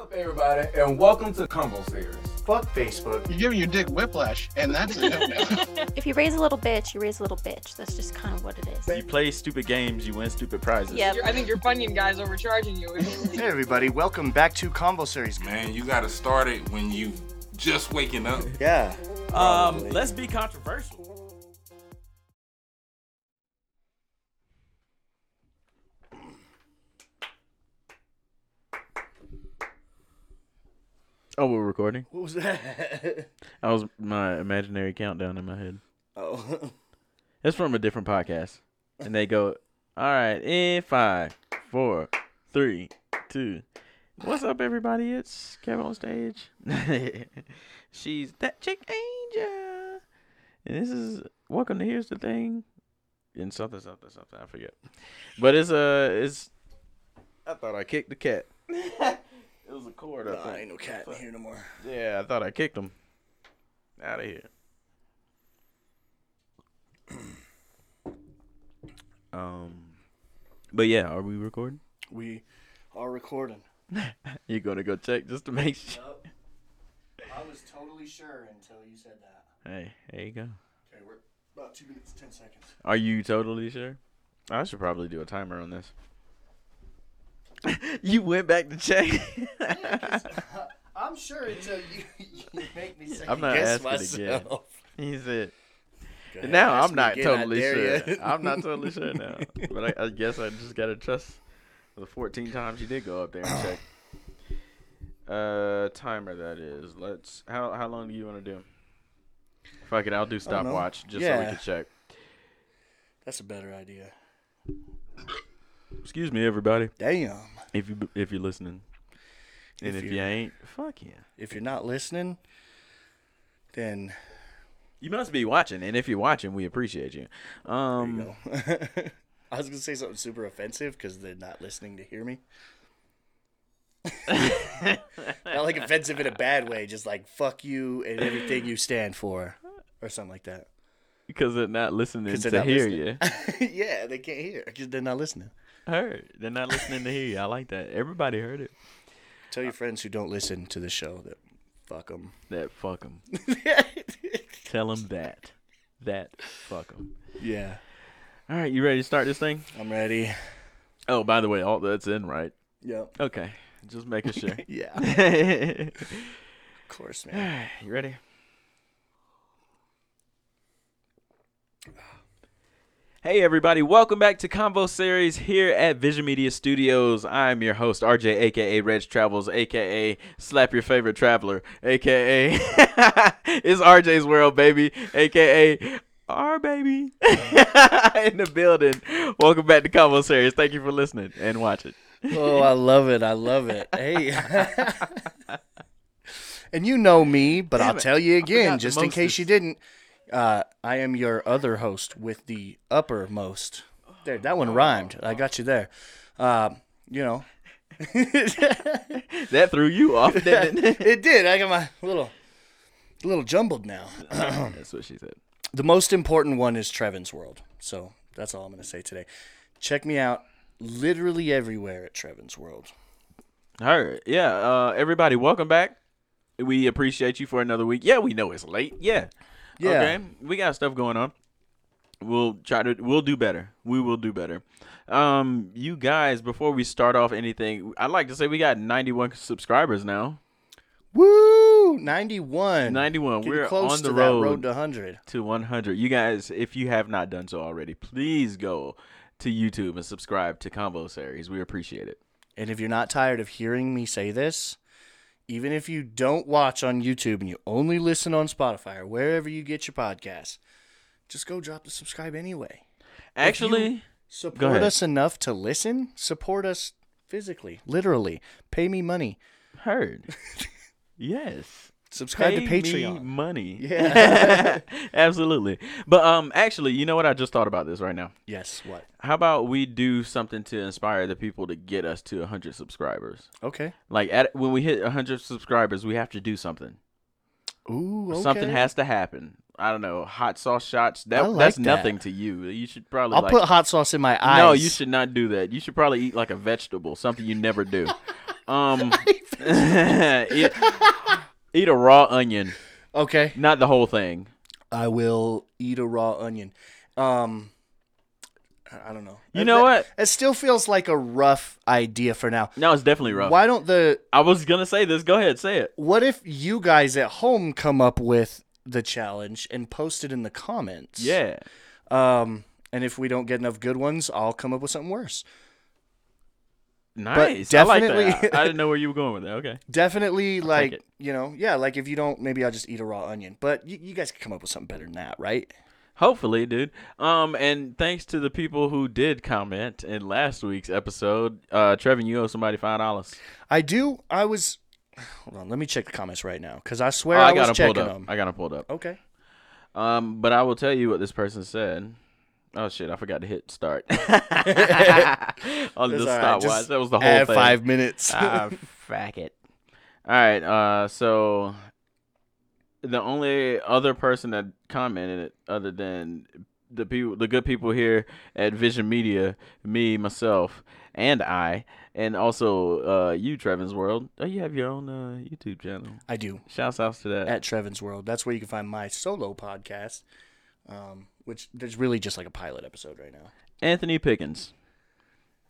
up, everybody, and welcome to Combo Series. Fuck Facebook. You're giving your dick whiplash, and that's a no no. If you raise a little bitch, you raise a little bitch. That's just kind of what it is. You play stupid games, you win stupid prizes. Yeah. You're- I think your bunion guy's overcharging you. Hey everybody, welcome back to Combo Series. Man, you gotta start it when you just waking up. Yeah. Um, let's be controversial. Oh, we're recording. What was that? I was my imaginary countdown in my head. oh. It's from a different podcast, and they go, "All right, in five, four, three, two. What's up, everybody? It's Kevin on stage. She's that chick angel, and this is welcome to here's the thing, and something, something, something. I forget, but it's uh, it's. I thought I kicked the cat. it was a cord. I Nah, think. ain't no cat in here no more. Yeah, I thought I kicked him. Out of here. um, but yeah, are we recording? We are recording. You gonna go check just to make sure? I was totally sure until you said that. Hey, there you go. Okay, we're about two minutes, ten seconds. Are you totally sure? I should probably do a timer on this. you went back to check. I'm sure until you, you make me second I'm not guess asking again. myself. he said. Go ahead, Now ask I'm me not again, I totally dare sure. ya. I'm not totally sure now. But I, I guess I just gotta trust the 14 times you did go up there and check. Uh, timer that is. Let's. How how long do you want to do? Fuck it, I'll do don't know. stopwatch just so Yeah. we can check. That's a better idea. Excuse me, everybody. Damn. If you if you're listening, and If if, you- you ain't, fuck yeah. If you're not listening, then You must be watching, and if you're watching, we appreciate you. Um, no. I was gonna say something super offensive because they're not listening to hear me. not like offensive in a bad way, just like fuck you and everything you stand for, or something like that. because they're not listening 'Cause to they're not hear listening. you. yeah, they can't hear because they're not listening. Heard. They're not listening to hear you. I like that. Everybody heard it. Tell your friends who don't listen to the show that fuck them. That fuck them. Tell them that. That fuck them. yeah, All right, you ready to start this thing? I'm ready. Oh, by the way, all that's in, right? Yep. Okay, just making sure. Yeah, of you course, man. ready? Hey everybody, welcome back to Convo Series here at Vision Media Studios. I'm your host, RJ, aka Reg Travels, aka Slap Your Favorite Traveler, aka It's RJ's World, baby, aka our baby in the building. Welcome back to Convo Series. Thank you for listening and watching. Oh, I love it. I love it. Hey. and you know me, but Damn I'll it. tell you I again, forgot the just in most case is- you didn't. Uh, I am your other host with the uppermost. There, that one rhymed. I got you there. Um, you know, That threw you off, didn't it? it did. I got my little, little jumbled now. That's what she said. The most important one is Trevin's World. So that's all I'm going to say today. Check me out literally everywhere at Trevin's World. All right. Yeah. Uh, everybody, welcome back. We appreciate you for another week. Yeah, we know it's late. Yeah. Yeah. Okay. We got stuff going on. We'll try to. We'll do better. We will do better. Um, you guys, before we start off anything, I'd like to say we got 91 subscribers now. Woo! 91. 91. Getting We're close on the to road, that road to 100. to 100. You guys, if you have not done so already, please go to YouTube and subscribe to Combo Series. We appreciate it. And if you're not tired of hearing me say this, even if you don't watch on YouTube and you only listen on Spotify or wherever you get your podcasts, just go drop the subscribe anyway. Actually. Support ahead. us enough to listen. Support us physically, literally. Pay me money. Heard. yes. Subscribe to Pay me Patreon. money. Absolutely. But um actually, you know what I just thought about this right now. Yes. What? How about we do something to inspire the people to get us to 100 subscribers? Okay. Like at when we hit 100 subscribers, we have to do something. Ooh. Okay. Something has to happen. I don't know. Hot sauce shots. That I like that's that. nothing to you. You should probably I'll like put hot sauce in my eyes. No, you should not do that. You should probably eat like a vegetable, something you never do. Um, eat, eat a raw onion, Okay. not the whole thing. I will eat a raw onion. Um, I I don't know. You know what? It still feels like a rough idea for now. No, it's definitely rough. Why don't the I was gonna say this. Go ahead, say it. what if you guys at home come up with the challenge and post it in the comments? Yeah. Um, and if we don't get enough good ones, I'll come up with something worse. Nice. I like that. definitely- I, I didn't know where you were going with that. Okay. Definitely, like it. you know, yeah, like if you don't, maybe I'll just eat a raw onion. But you, you guys can come up with something better than that, right? Hopefully, dude. Um, and thanks to the people who did comment in last week's episode. Uh, Trevin, you owe somebody five dollars. I do. I was. Hold on, let me check the comments right now because I Oh, swear I, I got was them pulled checking up. them. I got them pulled up. Okay. Um, but I will tell you what this person said. Oh shit! I forgot to hit start on the It's all right, stopwatch. just that was the whole Add thing. five minutes. ah, fuck it. All right. Uh, so the only other person that commented, it, other than the people, the good people here at Vision Media, me, myself, and I, and also uh, you, Trevin's World. Oh, you have your own uh, YouTube channel. I do. Shouts out to that. At Trevin's World. That's where you can find my solo podcast, um, which there's really just like a pilot episode right now. Anthony Pickens.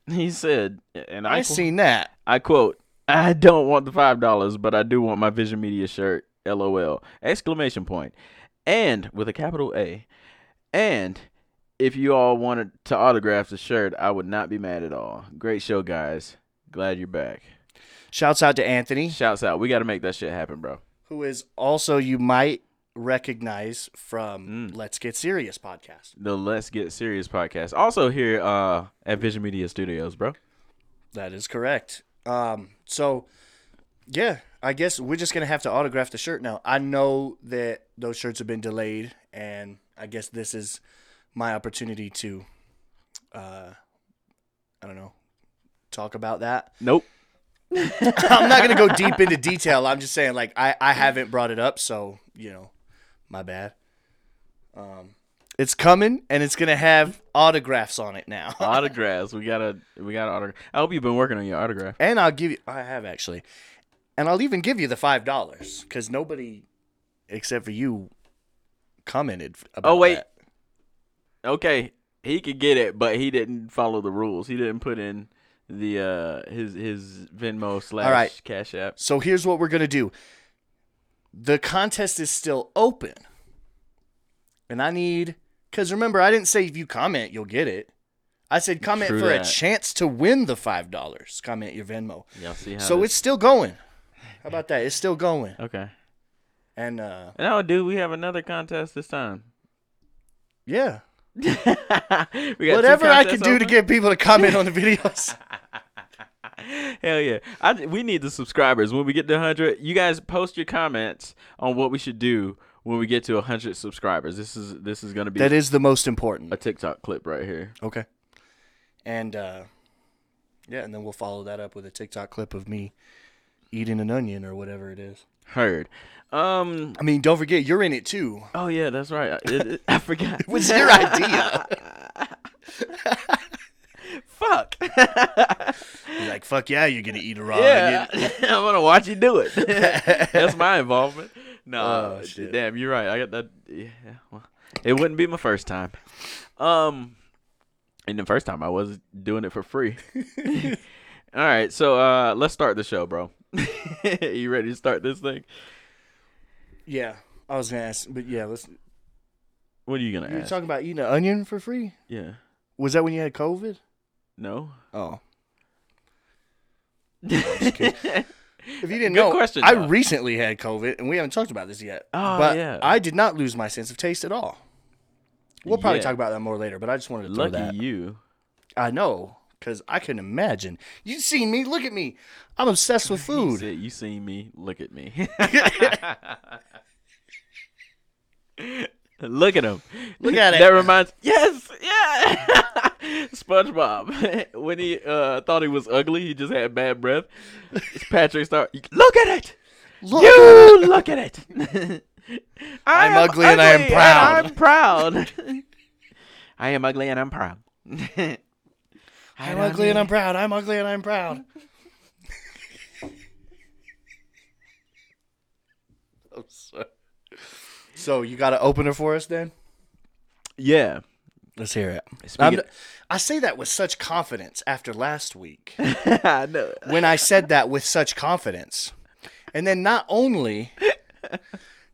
He said, and I, I qu- seen that. I quote, I don't want the five dollars, but I do want my Vision Media shirt. LOL! Exclamation point, and with a capital A, and if you all wanted to autograph the shirt, I would not be mad at all. Great show, guys. Glad you're back. Shouts out to Anthony, Shouts out. We got to make that shit happen, bro. who is also you might recognize from Mm. Let's Get Serious podcast. The Let's Get Serious podcast, also here uh, at Vision Media Studios, bro. That is correct. Um, so yeah, I guess we're just gonna have to autograph the shirt now. I know that those shirts have been delayed, and I guess this is my opportunity to, uh, I don't know, talk about that. Nope. I'm not gonna go deep into detail. I'm just saying, like, I I haven't brought it up, so you know, my bad. Um, it's coming, and it's gonna have autographs on it now. Autographs. We gotta. We gotta autograph. I hope you've been working on your autograph. and I'll give you. I have actually, and I'll even give you the five dollars because nobody, except for you, commented. f- About Oh wait. that. Okay, he could get it, but he didn't follow the rules. He didn't put in the uh his his Venmo slash right. Cash App. So here's what we're gonna do. The contest is still open, and I need because remember I didn't say if you comment you'll get it. I said comment True for that. a chance to win the five dollars. Comment your Venmo. Y'all see how? So it's this- still going. How about that? It's still going. okay. And uh, No, dude, we have another contest this time. yeah, we got two whatever I can contests do to open? get people to comment on the videos. Hell yeah! I, we need the subscribers. When we get to 100, you guys post your comments on what we should do when we get to 100 subscribers. This is this is gonna be That is the most a important. TikTok clip right here. Okay. And uh, yeah, and then we'll follow that up with a TikTok clip of me eating an onion or whatever it is. Heard. Um, I mean, don't forget you're in it too. Oh yeah, that's right. I, it, it- I forgot. it was your idea. Fuck. You're like, fuck yeah, you're gonna eat a raw yeah, onion. I'm gonna watch you do it. that's my involvement. No, Oh, shit. damn, you're right. I got that. Yeah, well, it wouldn't be my first time. Um, and the first time I was doing it for free. All right, so uh, let's start the show, bro. you ready to start this thing? Yeah, I was gonna ask, but yeah, let's. What are you gonna You were ask? talking about eating an onion for free. yeah. Was that when you had COVID? No. Oh. If you didn't Good know, question, I though. recently had COVID, and we haven't talked about this yet. Oh, but yeah. I did not lose my sense of taste at all. We'll probably Yeah. talk about that more later, but I just wanted to throw Lucky that. you. I know, because I couldn't imagine. You seen me? Look at me. I'm obsessed with You food. said, you seen me. Look at me. Look at him. Look at it. That reminds. Yes. Yeah. SpongeBob. when he uh, thought he was ugly, he just had bad breath. It's Patrick Star. Look at it. Look. you look at it. I I'm am ugly and I am proud. I'm proud. I am ugly and I'm proud. I'm ugly and I'm proud. I'm ugly and I'm proud. Oh, So you got an opener for us then? Yeah. Let's hear it. Speaking- I'm- I say that with such confidence after last week I know. when I said that with such confidence. And then not only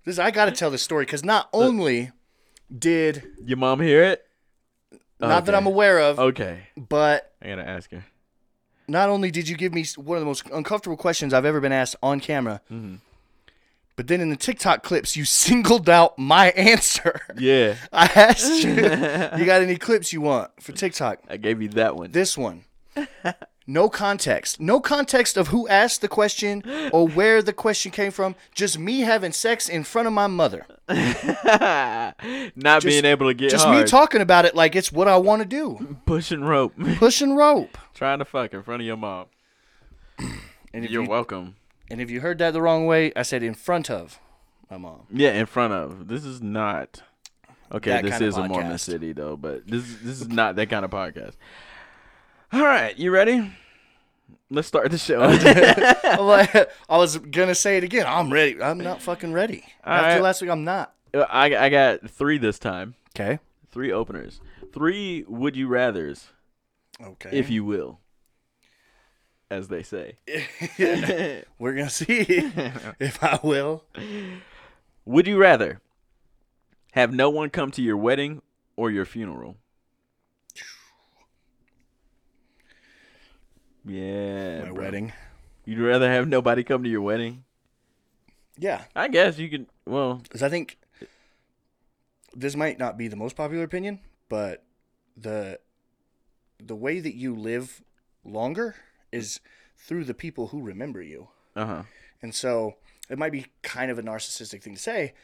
this I got to tell this story cuz not only did Your mom hear it? not that Okay. Oh. I'm aware of, Okay. but I gotta ask her. not only did you give me one of the most uncomfortable questions I've ever been asked on camera, Mm-hmm. but then in the TikTok clips, you singled out my answer. Yeah. I asked you, you got any clips you want for TikTok? I gave you that one. This one. No context. No context of who asked the question or where the question came from. Just me having sex in front of my mother. Not being able to get Just hard. me talking about it like it's what I want to do. Pushing rope. Pushing rope. Trying to fuck in front of your mom. And if You're you, welcome. and if you heard that the wrong way, I said in front of my mom. Yeah, in front of. This is not. Okay, That this kind of is a Mormon podcast. city though, but this this is not that kind of podcast. All right, you ready? Let's start the show. I'm like- I was gonna say it again. I'm ready. I'm not fucking ready. All After right. last week, I'm not. I I got three this time. Okay. Three openers. Three would you rather's, Okay. if you will, as they say. We're gonna see if I will. Would you rather have no one come to your wedding or your funeral? Yeah. My bro. wedding. You'd rather have nobody come to your wedding? Yeah, I guess you could. Well, because I think this might not be the most popular opinion, but the the way that you live longer is through the people who remember you. uh huh. And so it might be kind of a narcissistic thing to say,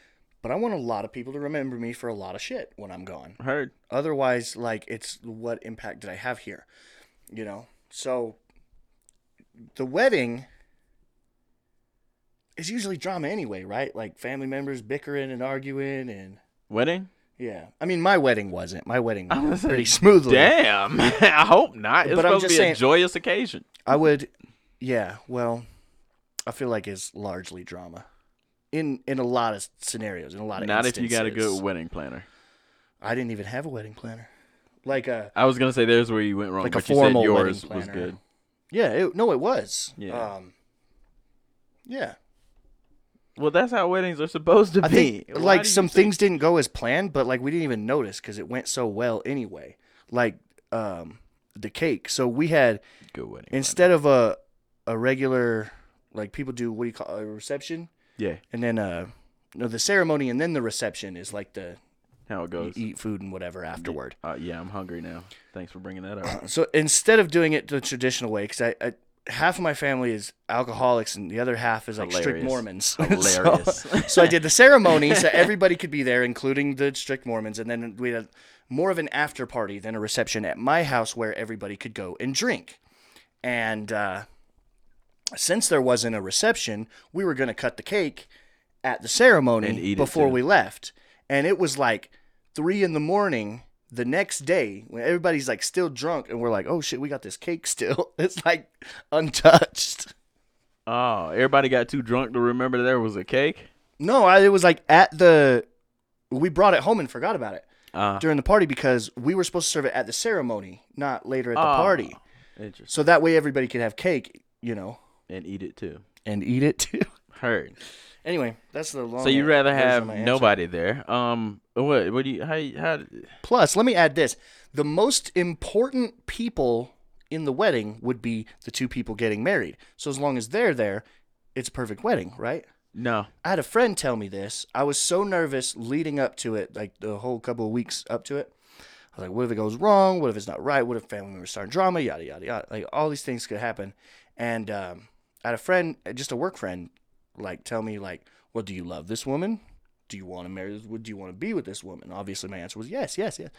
but I want a lot of people to remember me for a lot of shit when I'm gone. Heard. otherwise like it's what impact did i have here you know so the wedding is usually drama anyway right like family members bickering and arguing and Wedding? yeah i mean my wedding wasn't my wedding I went was pretty like, smoothly Damn. I hope not. It's But I'm supposed to just be saying- a joyous occasion. i would yeah well i feel like it's largely drama in in a lot of scenarios in a lot of Not if you got a instances. good wedding planner. i didn't even have a wedding planner like uh I was gonna say there's where you went wrong, Like a but you said formal wedding yours was planner. good. yeah it, no it was Yeah. um yeah Well, that's how weddings are supposed to I be. think like some things didn't go as planned, but like we didn't even notice because it went so well anyway. Like um, the cake. So we had Good wedding. instead of a a regular like people do what do you call a reception yeah, and then uh no the ceremony and then the reception is like the how it you goes. eat food and whatever afterward. Uh, yeah, I'm hungry now. Thanks for bringing that up. So instead of doing it the traditional way, because I, I half of my family is alcoholics and the other half is like strict Hilarious. Mormons. Hilarious. so, so I did the ceremony so everybody could be there, including the strict Mormons, and then we had more of an after party than a reception at my house where everybody could go and drink. And uh, since there wasn't a reception, we were going to cut the cake at the And eat ceremony it, before too. we left. And it was like three in the morning the next day when everybody's like still drunk and we're like, oh shit, we got this cake still. It's like untouched. Oh, everybody got too drunk to remember there was a cake. No, I, it was like at the, we brought it home and forgot about it Uh, during the party because we were supposed to serve it at the ceremony, not later at the Oh. party. Interesting. So that way everybody could have cake, you know, And eat it too. and eat it too. Heard. Anyway, that's the long. So you'd rather version of have my answer. nobody there. Um, what? What do you? How? you- How? Plus, let me add this: the most important people in the wedding would be the two people getting married. So as long as they're there, it's a perfect wedding, right? No. I had a friend tell me this. I was so nervous leading up to it, like the whole couple of weeks up to it. I was like, what if it goes wrong? What if it's not right? What if family members start drama? Yada yada yada. Like all these things could happen. And um, I had a friend, just a work friend, like tell me like, well, do you love this woman? Do you want to marry? this- Do you want to be with this woman? Obviously, my answer was yes, yes, yes.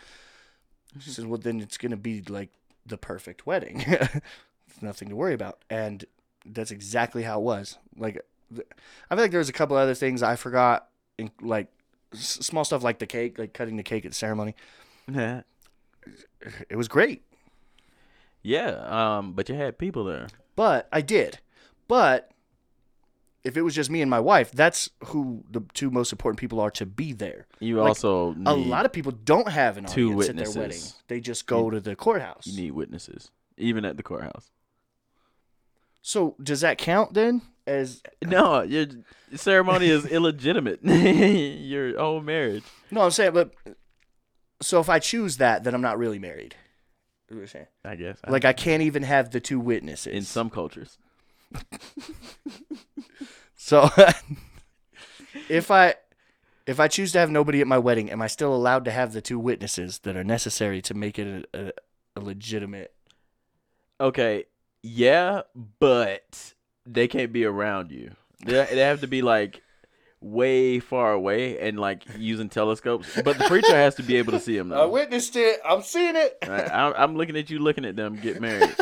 She says, well, then it's gonna be like the perfect wedding. It's nothing to worry about. And that's exactly how it was. Like I feel like there was a couple other things I forgot, in, like s- small stuff like the cake, like cutting the cake at the ceremony. It was great, yeah. Um, but you had people there. but I did. But if it was just me and my wife, that's who the two most important people are to be there. You Like, also need, A lot of people don't have an two audience at their wedding. witnesses. They just go to the courthouse. you need witnesses, even at the courthouse. so does that count then as No, your ceremony is illegitimate. your whole marriage. No, I'm saying but so if I choose that, then I'm not really married. You know what I'm saying? I guess. Like I can't even have the two witnesses. Uh, in some cultures. So if I if I choose to have nobody at my wedding, am I still allowed to have the two witnesses that are necessary to make it a, a, a legitimate? Okay, yeah, but they can't be around you. They, they have to be like way far away and like using telescopes. But the preacher has to be able to see them though. witnessed it. I'm seeing it. Right, I'm, I'm looking at you, looking at them get married.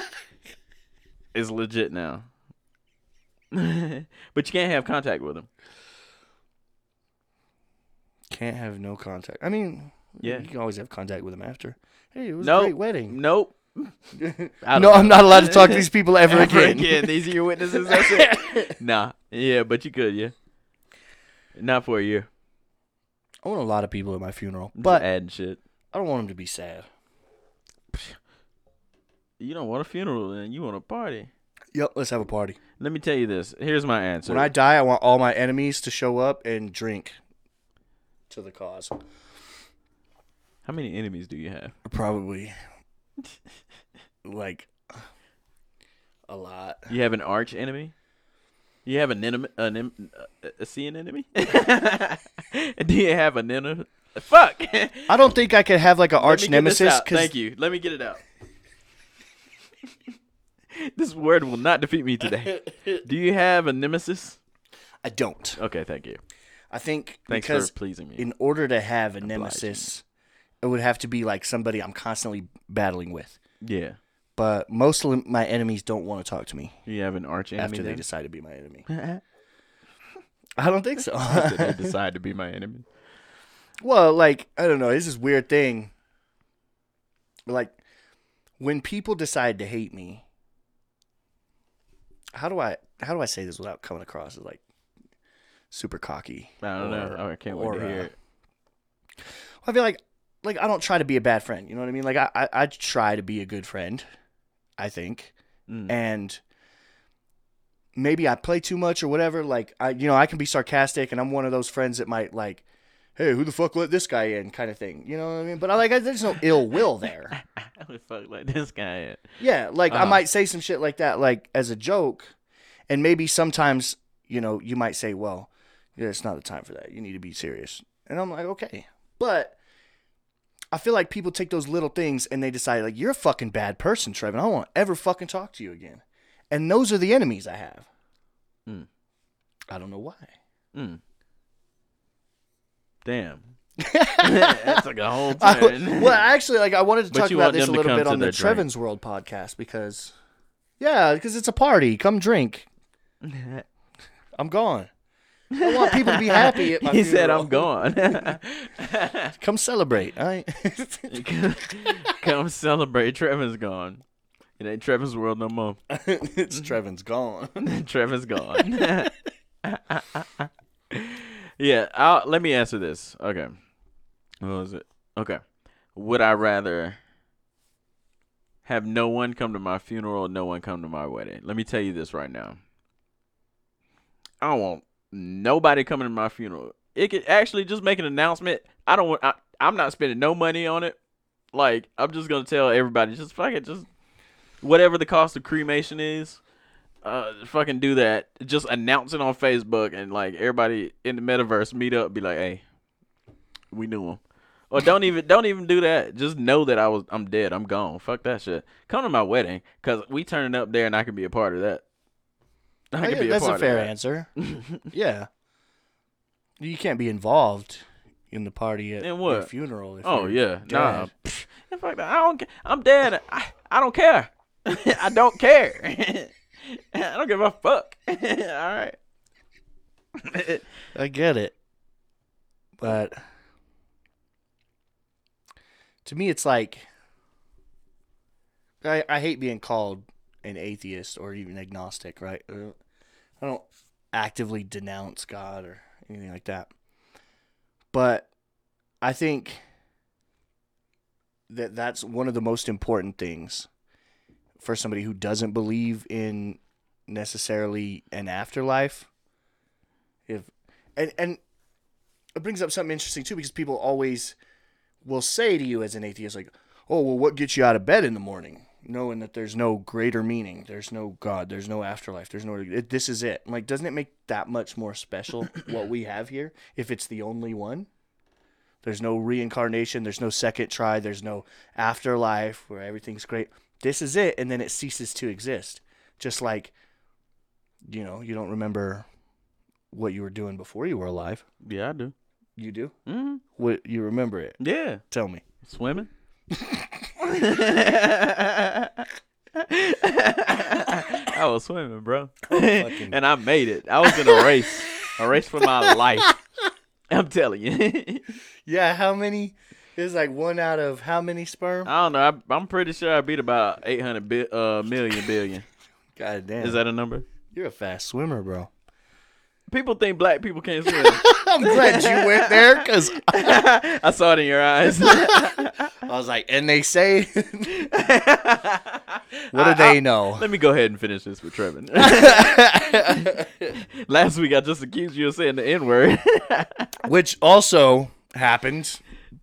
it's legit now. but you can't have contact with them. Can't have no contact. I mean, Yeah. you can always have contact with them after. Hey, it was Nope. a great wedding. Nope. I don't No, I'm know. not allowed to talk to these people ever, Ever again. These are your witnesses. That's it. nah. Yeah, but you could. Yeah. Not for a year. I want a lot of people at my funeral, Just but adding shit. I don't want them to be sad. You don't want a funeral, then you want a party. Yep, let's have a party. Let me tell you this. Here's my answer. when I die, I want all my enemies to show up and drink to the cause. How many enemies do you have? Probably like a lot. You have an arch enemy. You have an enemy, an em- a, a sea enemy. do you have an enemy? Fuck. Let me I don't think I could have like an arch get this nemesis out. Thank you. Let me get it out. this word will not defeat me today. do you have a nemesis? I don't. Okay, thank you. I think Thanks because for pleasing me. in order to have a nemesis, it would have to be like somebody I'm constantly battling with. yeah. But most of my enemies don't want to talk to me You have an arch enemy. after they then? decide to be my enemy. I don't think so. After they decide to be my enemy. Well, like I don't know, it's this weird thing. Like when people decide to hate me, how do I how do I say this without coming across as like super cocky? I don't know. Or- Oh, I can't wait or, to hear uh, it. I feel like like I don't try to be a bad friend. You know what I mean? Like I I, I try to be a good friend. I think Mm. and maybe I play too much or whatever. Like I, you know, I can be sarcastic, and I'm one of those friends that might like, hey, who the fuck let this guy in, kind of thing. You know what I mean? But I like, I, there's no ill will there. How the fuck like this guy at? Yeah, like I Uh-huh. might say some shit like that, like as a joke, and maybe sometimes, you know, you might say, well, yeah, it's not the time for that. You need to be serious, and I'm like, okay, but. I feel like people take those little things and they decide, like, you're a fucking bad person, Trevin. I don't want to ever fucking talk to you again. And those are the enemies I have. Mm. I don't know why. Mm. Damn. That's like a whole turn. well, actually, like I wanted to But talk you about want this a them to little come bit to on the their drink. Trevin's World podcast because, yeah, because it's a party. Come drink. I'm gone. I want people to be happy at my he said, funeral. "I'm gone." Come celebrate. All right. Come celebrate. Trevor's gone. It ain't Trevor's world no more. it's Trevin's gone. Trevor's gone. yeah. I'll, let me answer this. Okay. What was it? Okay. Would I rather have no one come to my funeral, or no one come to my wedding? Let me tell you this right now. I don't want nobody coming to my funeral. It could actually just make an announcement. I don't want. I, I'm not spending no money on it. Like I'm just gonna tell everybody, just fuck it, just whatever the cost of cremation is, uh, fucking do that. Just announce it on Facebook and like everybody in the metaverse meet up, be like, hey, we knew him. Or don't even don't even do that. Just know that I was I'm dead. I'm gone. Fuck that shit. Come to my wedding, cause we turning up there and I can be a part of that. I can be Oh, that's a part a fair of that. answer. yeah. You can't be involved in the party at In your what? funeral. If Oh you're yeah, nah. dead. Pff, in fact, I don't. ca- I'm dead. I, I don't care. I don't care. I don't give a fuck. All right. I get it. But to me it's like I, I hate being called an atheist or even agnostic, right? Uh, I don't actively denounce God or anything like that. But I think that that's one of the most important things for somebody who doesn't believe in necessarily an afterlife. If and and it brings up something interesting too because people always will say to you as an atheist like, "Oh, well what gets you out of bed in the morning?" Knowing that there's no greater meaning, there's no God, there's no afterlife, there's no it, this is it. I'm like, doesn't it make that much more special what we have here if it's the only one? There's no reincarnation. There's no second try. There's no afterlife where everything's great. This is it, and then it ceases to exist. Just like, you know, you don't remember what you were doing before you were alive. Yeah, I do. You do. Mm, What you remember it? yeah, Tell me. swimming. I was swimming, bro, fucking- and I made it. I was in a race, a race for my life. I'm telling you. Yeah. How many? It's like one out of how many sperm? I don't know. I, I'm pretty sure I beat about 800 bi- uh, million billion. God damn. Is that a number? You're a fast swimmer, bro. People think black people can't swim. I'm glad you went there because I saw it in your eyes. I was like, and they say, what do I- they know? Let me go ahead and finish this with Trevin. Last week I just accused you of saying the N word. which also happened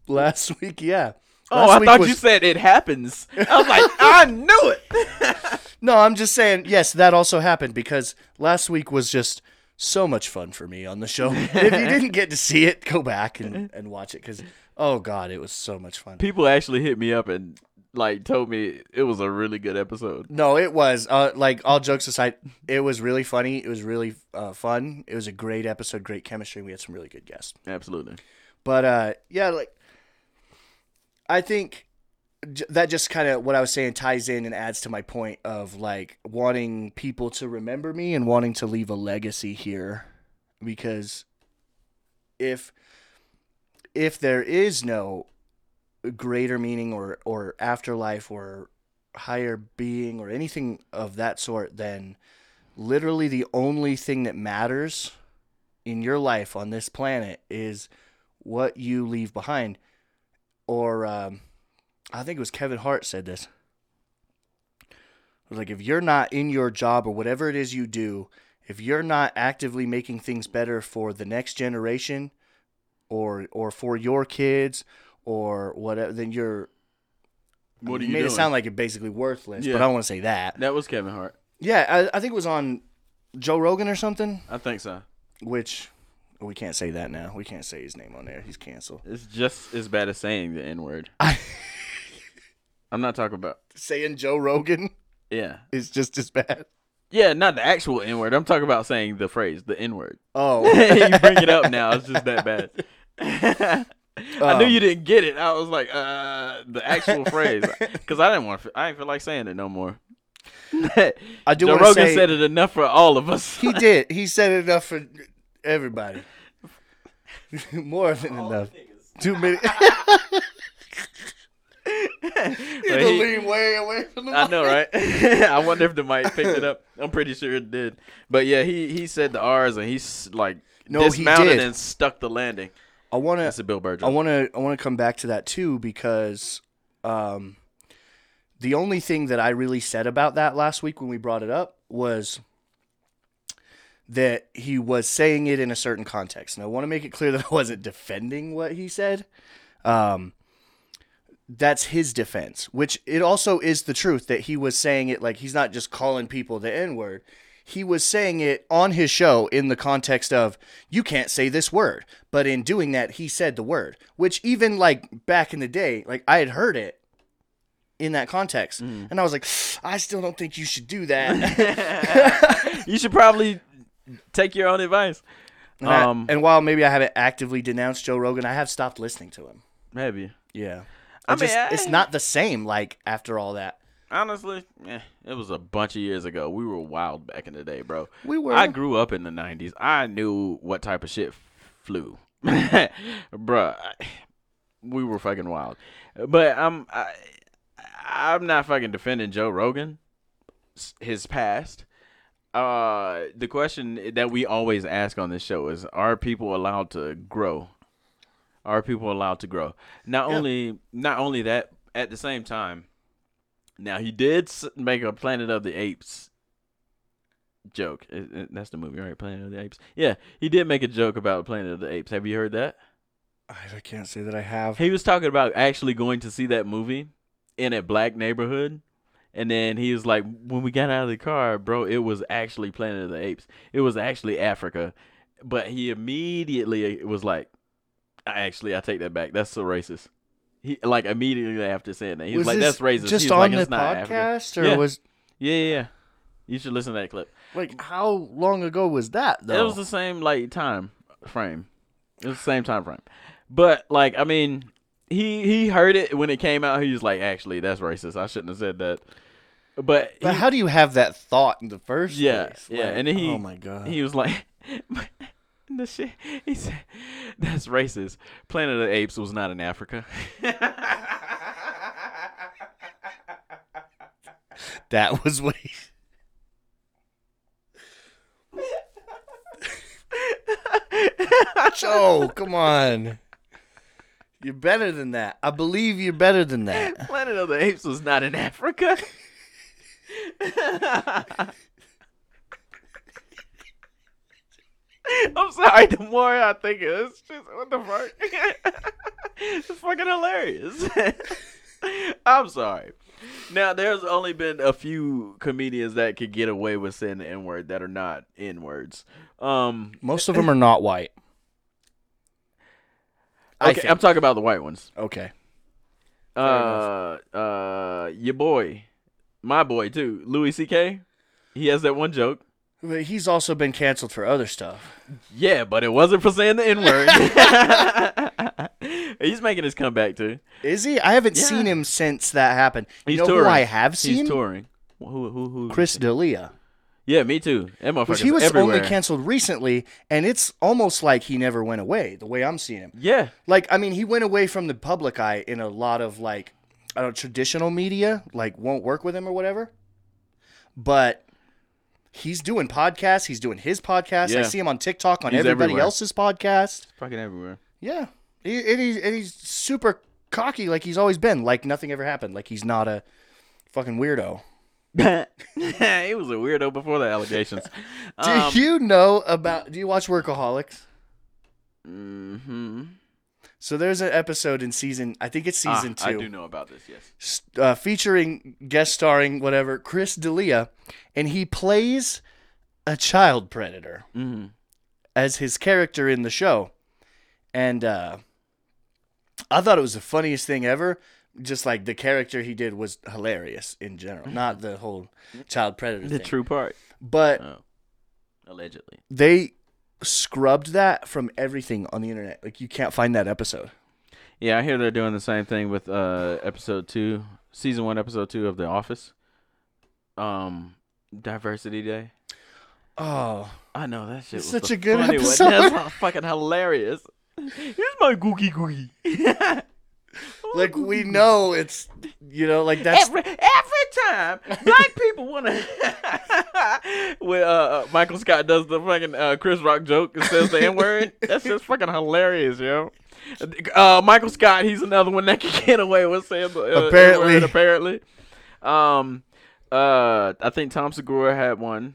last week. Yeah. oh, Last I week thought was- you said it happens. I was like, I knew it. No, I'm just saying. Yes, that also happened because last week was just so much fun for me on the show. if you didn't get to see it, go back and, and watch it because oh god, it was so much fun. People actually hit me up and like told me it was a really good episode. No, it was. Uh, like all jokes aside, it was really funny. It was really uh, fun. It was a great episode, great chemistry. We had some really good guests. Absolutely. But uh, yeah, like I think j- that just kind of what I was saying ties in and adds to my point of like wanting people to remember me and wanting to leave a legacy here because if if there is no greater meaning or or afterlife or higher being or anything of that sort then literally the only thing that matters in your life on this planet is what you leave behind. Or um, I think it was Kevin Hart said this. It was like if you're not in your job or whatever it is you do, if you're not actively making things better for the next generation, or or for your kids, or whatever, then you're. I What are mean, you made doing? it sound like you're basically worthless, Yeah. but I don't want to say that. That was Kevin Hart. Yeah, I, I think it was on Joe Rogan or something. I think so. Which we can't say that now. We can't say his name on there. He's canceled. It's just as bad as saying the N word. I'm not talking about. Saying Joe Rogan. Yeah. is just as bad. Yeah, not the actual N word. I'm talking about saying the phrase, the N word. you Oh, bring it up now. It's just that bad. I knew Um. you didn't get it. I was like, uh, the actual phrase, because I didn't want. to I didn't feel like saying it no more. I do Joe want to Rogan say said it enough for all of us. he did. He said it enough for everybody. More than enough. Too many. But It'll he- lean way away from the I know, right? I wonder if the mic picked it up. I'm pretty sure it did. But yeah, he he said the R's and he's like No, he dismounted did. and stuck the landing. I want That's to. a Bill Burger. I want to. I want to come back to that too because, um, the only thing that I really said about that last week when we brought it up was that he was saying it in a certain context. And I want to make it clear that I wasn't defending what he said. Um, that's his defense, which it also is the truth that he was saying it like he's not just calling people the N word. He was saying it on his show in the context of you can't say this word, but in doing that, he said the word, which even like back in the day, like I had heard it in that context, Mm. and I was like, I still don't think you should do that. you should probably take your own advice. And, I- Um, and while maybe I haven't actively denounced Joe Rogan, I have stopped listening to him. Maybe. Yeah. I I mean, just, it's I- not the same, like, after all that. Honestly, eh, it was a bunch of years ago. We were wild back in the day, bro. We were. I grew up in the '90s. I knew what type of shit flew, Bruh, I- We were fucking wild, but I'm I, I'm not fucking defending Joe Rogan, s- his past. uh, the question that we always ask on this show is: Are people allowed to grow? Are people allowed to grow? Not only, not only that. At the same time, now he did s- make a Planet of the Apes joke. It- it- that's the movie, right? Planet of the Apes. Yeah, he did make a joke about Planet of the Apes. Have you heard that? I I can't say that I have. He was talking about actually going to see that movie in a black neighborhood. And then he was like, when we got out of the car, bro, it was actually Planet of the Apes. It was actually Africa. But he immediately uh, was like, I actually, I take that back. That's so racist. He like immediately after saying that, he was, Was like, this "That's racist." Just He was on like, "It's the not Africa." podcast, or Yeah. was Yeah, yeah, yeah. You should listen to that clip. like how long ago was that It though? was the same like time frame. It was the same time frame. But like I mean, he he heard it when it came out. He was like, actually, that's racist. I shouldn't have said that. But, but he- how do you have that thought in the first yeah, place? yeah. Like, and then he oh my god, he was like, the shit. He said, that's racist. Planet of the Apes was not in Africa. that was what. He, Joe, come on, you're better than that. I believe you're better than that. Planet of the Apes was not in Africa. I'm sorry. The more I think of this, just, what the fuck? it's fucking hilarious. I'm sorry. Now, there's only been a few comedians that could get away with saying the N word that are not N words. Um, Most of them are not white. I okay, think. I'm talking about the white ones. Okay. uh, uh, your boy, my boy too, Louis C.K. He has that one joke. But he's also been canceled for other stuff. Yeah, but it wasn't for saying the N word. He's making his comeback too. Is he? I haven't Yeah. seen him since that happened. He's you know touring. who I have seen? He's touring. Who? Who? Who? Chris D'Elia. Yeah, me too. That motherfucker's Which he was everywhere. only canceled recently, and it's almost like he never went away, the way I'm seeing him. yeah, Like, I mean, he went away from the public eye in a lot of, like, I don't traditional media, like, won't work with him or whatever. But he's doing podcasts. He's doing his podcast. I Yeah. see him on TikTok on He's everybody everywhere. else's podcast. fucking everywhere. Yeah, he, and, he's, and he's super cocky, like he's always been, like nothing ever happened, like he's not a fucking weirdo. he was a weirdo before the allegations. Do Um, you know about? Do you watch Workaholics? mm-hmm. Ah, So there's an episode in season, I think it's season two, I do know about this. Yes. s- uh, featuring guest starring whatever Chris D'Elia, and he plays a child predator Mm-hmm. as his character in the show, and uh, I thought it was the funniest thing ever. Just like the character he did was hilarious in general, not the whole child predator Mm-hmm. The thing. true part, But Oh. allegedly. they scrubbed that from everything on the internet. Like you can't find that episode. Yeah, I hear they're doing the same thing with uh episode two, season one, episode two of The Office. Um, Diversity Day. Oh, I know that shit. It's was such the a good funny episode. One. That's hu- fucking hilarious. Here's my googie googie. like we know it's you know like that's every every time black people wanna. when uh, uh, Michael Scott does the fucking uh, Chris Rock joke and says the N word, that's just fucking hilarious, yo. Uh, Michael Scott, he's another one that can get away with saying the uh, Apparently. N-word, apparently. Um, uh, I think Tom Segura had one.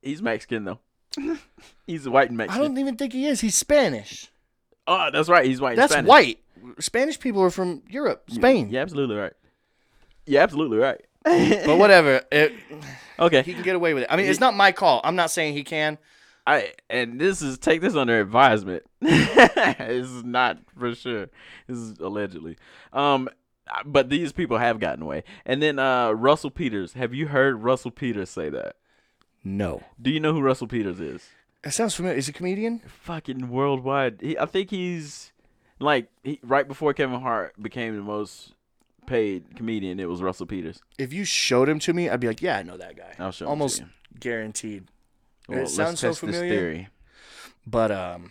He's Mexican though. he's white and I Mexican. don't even think he is. He's Spanish. oh, that's right. He's white. and That's Spanish. white. Spanish people are from Europe, Spain. You're absolutely right. You're absolutely right. But whatever, it, Okay. he can get away with it. I mean, it's not my call. I'm not saying he can. I and this is take this under advisement. this is not for sure. This is allegedly. Um I- but these people have gotten away. And then uh Russell Peters. Have you heard Russell Peters say that? No, Do you know who Russell Peters is? that sounds familiar. Is he a comedian? Fucking worldwide. He, I think he's like he, right before Kevin Hart became the most paid comedian, it was Russell Peters. If you showed him to me, I'd be like, yeah, I know that guy. I'll show him to Almost you. guaranteed. Well, let's sounds so test this familiar. theory. But um,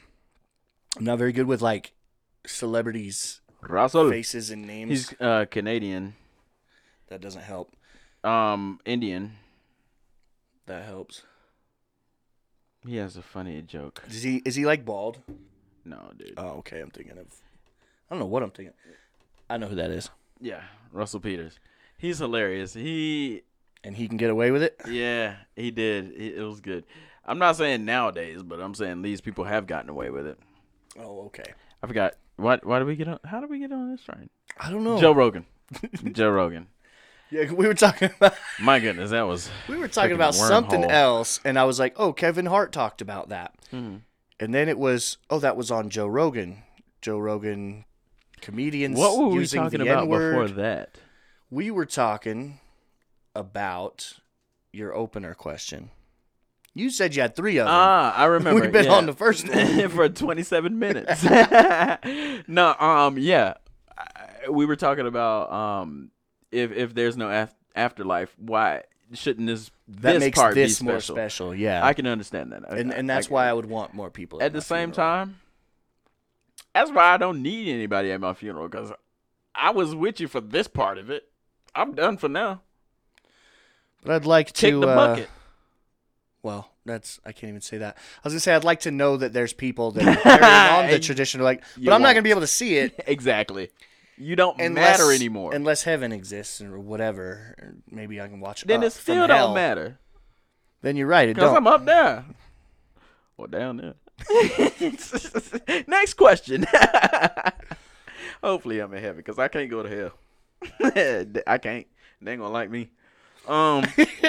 I'm not very good with like celebrities' Russell. faces and names. Oh. He's uh Canadian, That doesn't help. um Indian. that helps. He has a funny joke. Is he is he like bald? No, dude. Oh, okay. I'm thinking of. I don't know what I'm thinking. I know who that is, Yeah, Russell Peters. He's hilarious. He and he can get away with it. yeah, he did. It, it was good. I'm not saying nowadays, but I'm saying these people have gotten away with it. Oh, okay. I forgot. What? Why did we get on? How did we get on this train? I don't know. Joe Rogan. Joe Rogan. Yeah, we were talking about My goodness, that was. we were talking about Freaking something wormhole. else, and I was like, "Oh, Kevin Hart talked about that," and then it was, "Oh, that was on Joe Rogan." Joe Rogan, comedians. What were we using talking the about N-word. before that? We were talking about your opener question. You said you had three of them. Ah, I remember. We've been yeah. on the first one. for 27 minutes. no, um, yeah, I- we were talking about um, if if there's no af- afterlife, why shouldn't this that this makes part this be more special? special. Yeah, I can understand that, I- and I- and that's I- why I would want more people At my the same funeral. time, that's why I don't need anybody at my funeral because I was with you for this part of it. I'm done for now. But I'd like Kick to. the uh, bucket. well, that's I can't even say that. I was gonna say I'd like to know that there's people that are carrying on the You- tradition, like, but I'm you not gonna won't. be able to see it exactly. You don't unless, matter anymore. unless heaven exists or whatever. Or maybe I can watch. then uh, it from still hell. don't matter. Then you're right. It Because don't. I'm up there. Or down there. Next question. Hopefully I'm in heaven because I can't go to hell. I can't. They ain't gonna like me. Um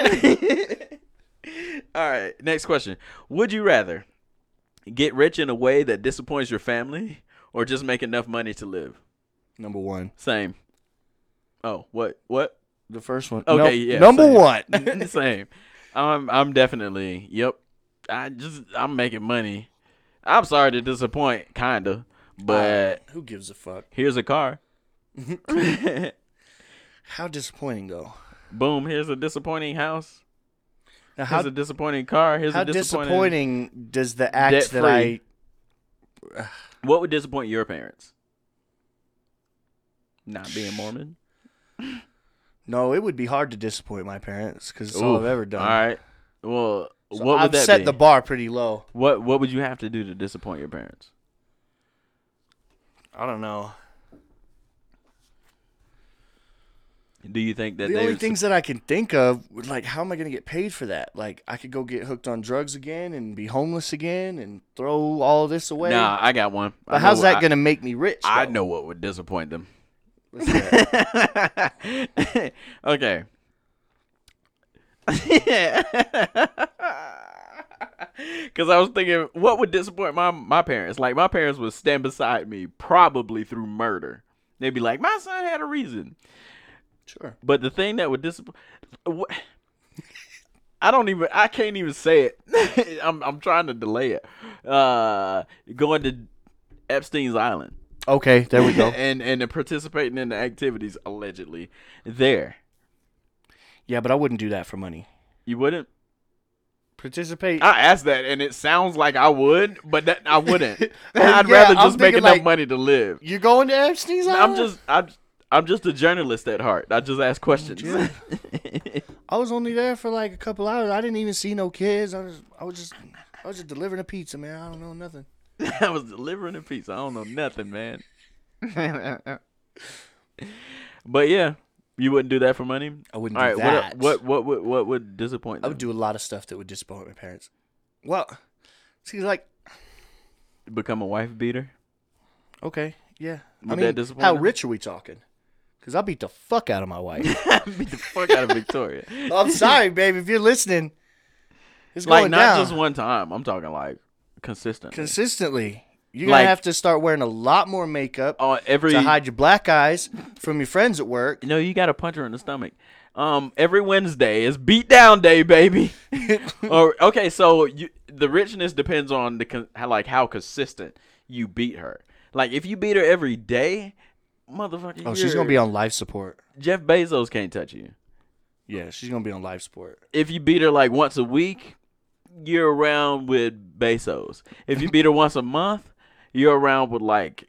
All right, next question. Would you rather get rich in a way that disappoints your family or just make enough money to live? Number one, Same. Oh, what what? the first one. Okay, Nope. yeah. Number same. one. same. I'm I'm definitely yep. I just I'm making money. I'm sorry to disappoint, kinda, but Who gives a fuck? here's a car. How disappointing though. Boom! Here's a disappointing house. Now, Here's how a disappointing car. Here's how a disappointing. disappointing does the act that I Debt-free. What would disappoint your parents? Not being Mormon. No, it would be hard to disappoint my parents because it's all I've Oof. ever done. All right. Well, So what would I've that set be? the bar pretty low. what What would you have to do to disappoint your parents? I don't know. Do you think that the they only would things that I can think of, were, like, how am I going to get paid for that? Like, I could go get hooked on drugs again and be homeless again and throw all this away. Nah, I got one. I but how's know- that I- going to make me rich? I though? know what would disappoint them. What's that? okay. Because I was thinking, what would disappoint my, my parents? Like, my parents would stand beside me, probably through murder. They'd be like, my son had a reason. sure. But the thing that would disappoint. What? I don't even. I can't even say it. I'm, I'm trying to delay it. Uh, going to Epstein's Island Okay, there we go. and and participating in the activities allegedly there. yeah, but I wouldn't do that for money. You wouldn't. Participate. I asked that, and it sounds like I would, but that I wouldn't. I'd yeah, rather I'm just make thinking, enough like- money to live. You're going to Epstein's I'm Island? just I'm I'm just a journalist at heart. I just ask questions. Yeah. I was only there for like a couple hours. I didn't even see no kids. I was, I was just, I was just delivering a pizza, man. I don't know nothing. I was delivering a pizza. I don't know nothing, man. but yeah, you wouldn't do that for money. I wouldn't All right, do what, uh, that. what what what what would disappoint? I Them? would do a lot of stuff that would disappoint my parents. Well, see, like, become a wife beater. okay, yeah. I Would mean, that disappoint how them? rich are we talking? Because I beat the fuck out of my wife. Beat the fuck out of Victoria. I'm sorry, babe, if you're listening. It's like going not down just one time. I'm talking like consistent. consistently. You're gonna Like- have to start wearing a lot more makeup On every to hide your black eyes from your friends at work. No, you got to punch her in the stomach. Um, every Wednesday is beat down day, baby. or okay, so you, the richness depends on the con- how, like how consistent you beat her. Like if you beat her every day, motherfucker. Oh, she's gonna be on life support. Jeff Bezos can't touch you. Yeah, she's gonna be on life support. If you beat her like once a week, you're around with Bezos. If you beat her once a month, you're around with like.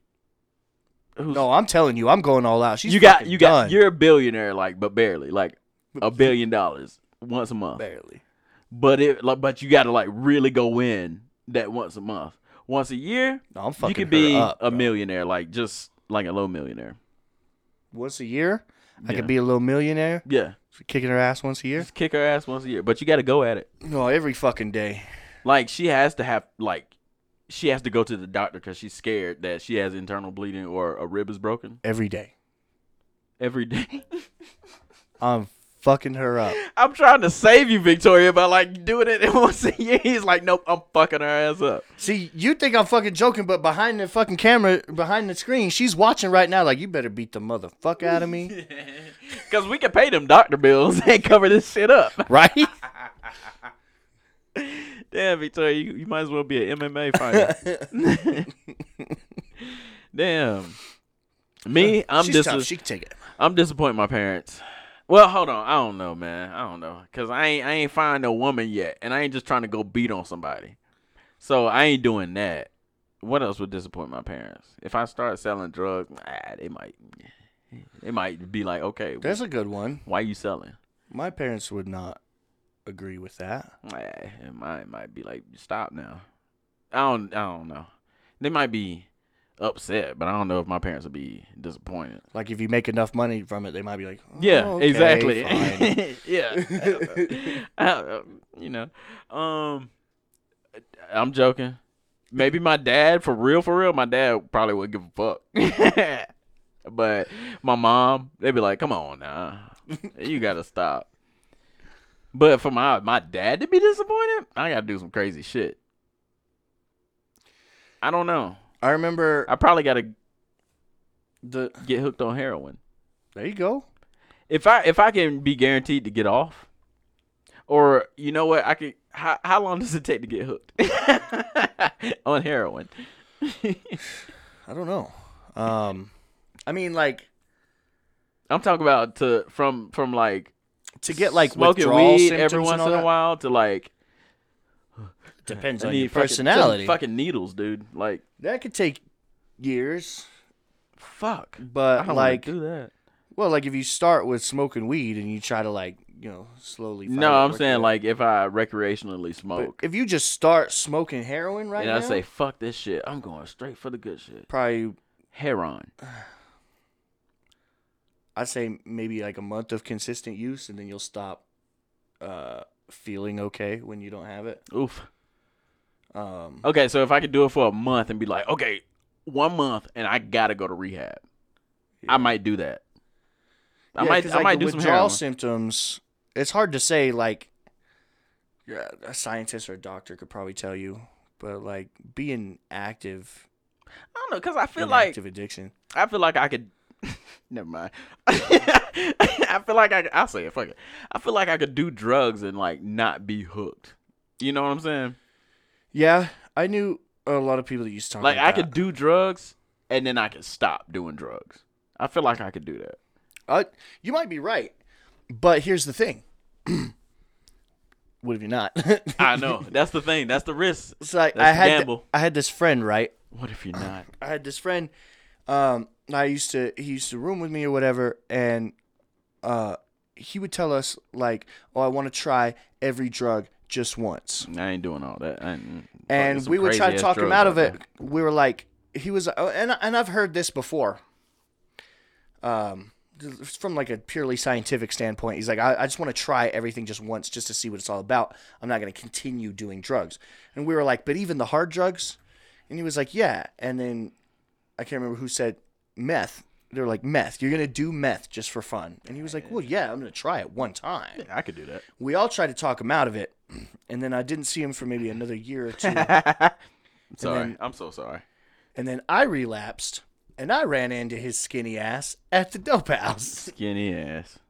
Who's, No, I'm telling you, I'm going all out. She's you got fucking you got done. you're a billionaire like but barely like a billion dollars once a month barely. but it like, but you got to like really go in that once a month. Once a year, No, I'm fucking you could her be up, a bro. millionaire, like just like a low millionaire. once a year. I Yeah. could be a little millionaire, Yeah, kicking her ass once a year. just kick her ass once a year, but you got to go at it. No, every fucking day. Like she has to have like she has to go to the doctor because she's scared that she has internal bleeding or a rib is broken Every day. every day. I'm fucking her up. I'm trying to save you, Victoria, by like doing it once a year. He's like, nope, I'm fucking her ass up. See, you think I'm fucking joking, but behind the fucking camera, behind the screen, she's watching right now. Like, you better beat the motherfuck out of me, Cause we can pay them doctor bills and cover this shit up. right? Damn, Victoria, you, you might as well be an MMA fighter. Damn. Me, I'm she's dis- tough. She can take it. I'm disappointing my parents. Well, hold on. I don't know, man. I don't know. Cause I ain't I ain't find no woman yet. And I ain't just trying to go beat on somebody. So I ain't doing that. What else would disappoint my parents? If I start selling drugs, ah, they might they might be like, okay, That's a good one. why you selling? My parents would not agree with that. Ah, it might it might be like stop now. I don't I don't know. They might be upset, but I don't know if my parents would be disappointed. Like, if you make enough money from it, they might be like, "Oh, Yeah, okay, exactly. fine." yeah, I don't know. you know, um, I'm joking. Maybe my dad, for real, for real, my dad probably would give a fuck. but my mom, they'd be like, "Come on, now, you gotta stop." But for my my dad to be disappointed, I gotta do some crazy shit. I don't know. I remember I probably gotta the. get hooked on heroin. There you go. if I if I can be guaranteed to get off, or you know what, I could. How how long does it take to get hooked on heroin? I don't know. Um, I mean, like I'm talking about to from from like to get like smoking withdrawal weed symptoms every once and all in a that, while to like depends I on need your fucking- personality. Fucking, needles, dude. Like That could take years, fuck. I but don't like, wanna do that. well, like if you start with smoking weed and you try to like, you know, slowly. find No, it, I'm work saying it. like if I recreationally But smoke if you just start smoking heroin right and now, I say fuck this shit, I'm going straight for the good shit. probably Heroin. I say maybe like a month of consistent use, and then you'll stop uh, feeling okay when you don't have it. Oof. Um, Okay, so if I could do it for a month and be like, okay, one month and I gotta go to rehab, I might do that. I Yeah, might 'cause, I like, might the do some withdrawal heroin. symptoms. It's hard to say. Like, yeah, a scientist or a doctor could probably tell you, but like being active, I don't know, cause I feel in like active addiction. I feel like I could. Never mind. I feel like I could- I'll say it. Fuck it. I feel like I could do drugs and like not be hooked. You know what I'm saying? Yeah, I knew a lot of people that used to talk Like I like could that. do drugs and then I could stop doing drugs. I feel like I could do that. Uh, you might be right, but here's the thing. what if you're not? I know. That's the thing. That's the risk. it's like That's I the had gamble. I had this friend right What if you're not? I had this friend. Um, I used to he used to room with me or whatever, and uh, he would tell us like, "Oh, I want to try every drug just once," I ain't doing all that. I ain't- fucking and some we would try to crazy-ass talk him drugs out of there. it. We were like, he was, oh, and and I've heard this before. Um, from like a purely scientific standpoint, he's like, I, I just want to try everything just once, just to see what it's all about. I'm not going to continue doing drugs. And we were like, but even the hard drugs. And he was like, yeah. And then I can't remember who said meth. They were like, meth. You're gonna do meth just for fun. And he was like, well, yeah, I'm gonna try it one time. I could do that. We all tried to talk him out of it, and then I didn't see him for maybe another year or two. Sorry, then- I'm so sorry. And then I relapsed and I ran into his skinny ass at the dope house Skinny ass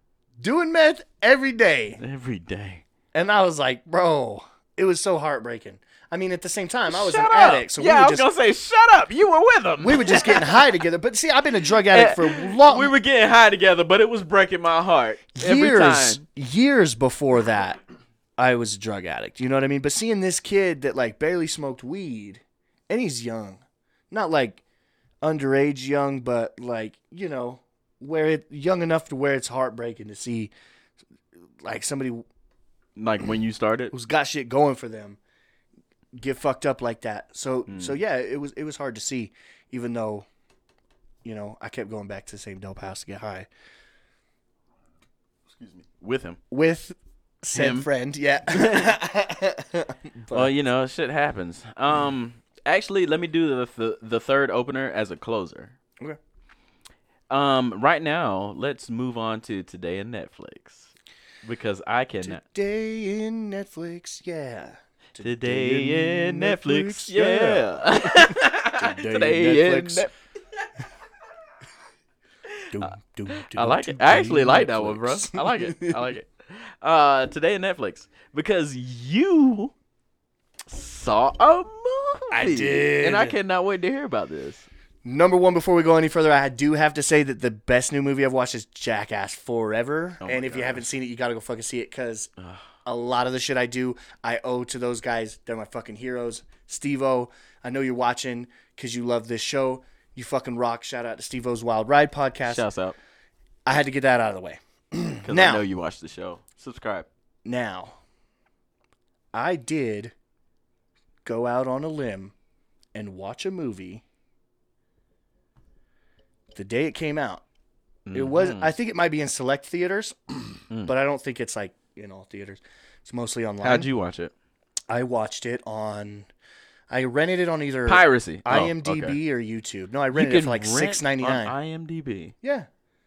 doing meth every day. every day. And I was like, bro, it was so heartbreaking. I mean, at the same time, I was Shut an up. addict, so yeah, I we were was just gonna say, shut up. You were with him. we were just getting high together. But see, I've been a drug addict for long we were getting high together, but it was breaking my heart every years time. years before that. I was a drug addict, you know what I mean? But seeing this kid that like barely smoked weed and he's young. Not like underage young, but like, you know, where it young enough to where it's heartbreaking to see like somebody like when you started. who's got shit going for them get fucked up like that. So Hmm. so yeah, it was it was hard to see, even though, you know, I kept going back to the same dope house to get high with him. with said Him. friend. Yeah. Well, you know, shit happens. Um, actually, let me do the the, the third opener as a closer. Okay. Um, right now, let's move on to today in Netflix because I cannot. Day in Netflix, yeah. Today in Netflix, yeah. yeah. Today in Today in Netflix. Net- Doom, doom, I doom, like it. today I actually in like that one, bro. Netflix. I like it. I like it. Uh, today in Netflix because you saw a movie. I and I did. cannot wait to hear about this. Number one, before we go any further, I do have to say that the best new movie I've watched is Jackass Forever. Oh my and if you gosh. haven't seen it, you got to go fucking see it because a lot of the shit I do, I owe to those guys. They're my fucking heroes. Steve O, I know you're watching because you love this show. You fucking rock. Shout out to Steve O's Wild Ride podcast. Shouts out I had to get that out of the way. because I Now. know you watch the show. Subscribe. Now, I did go out on a limb and watch a movie the day it came out. It was Mm-hmm. I think it might be in select theaters, but I don't think it's like in all theaters. It's mostly online. Mm. How'd you watch it? I watched it on I rented it on either Piracy. Oh, IMDb okay. or YouTube. No, I rented it for like rent six ninety on nine. IMDb. Yeah.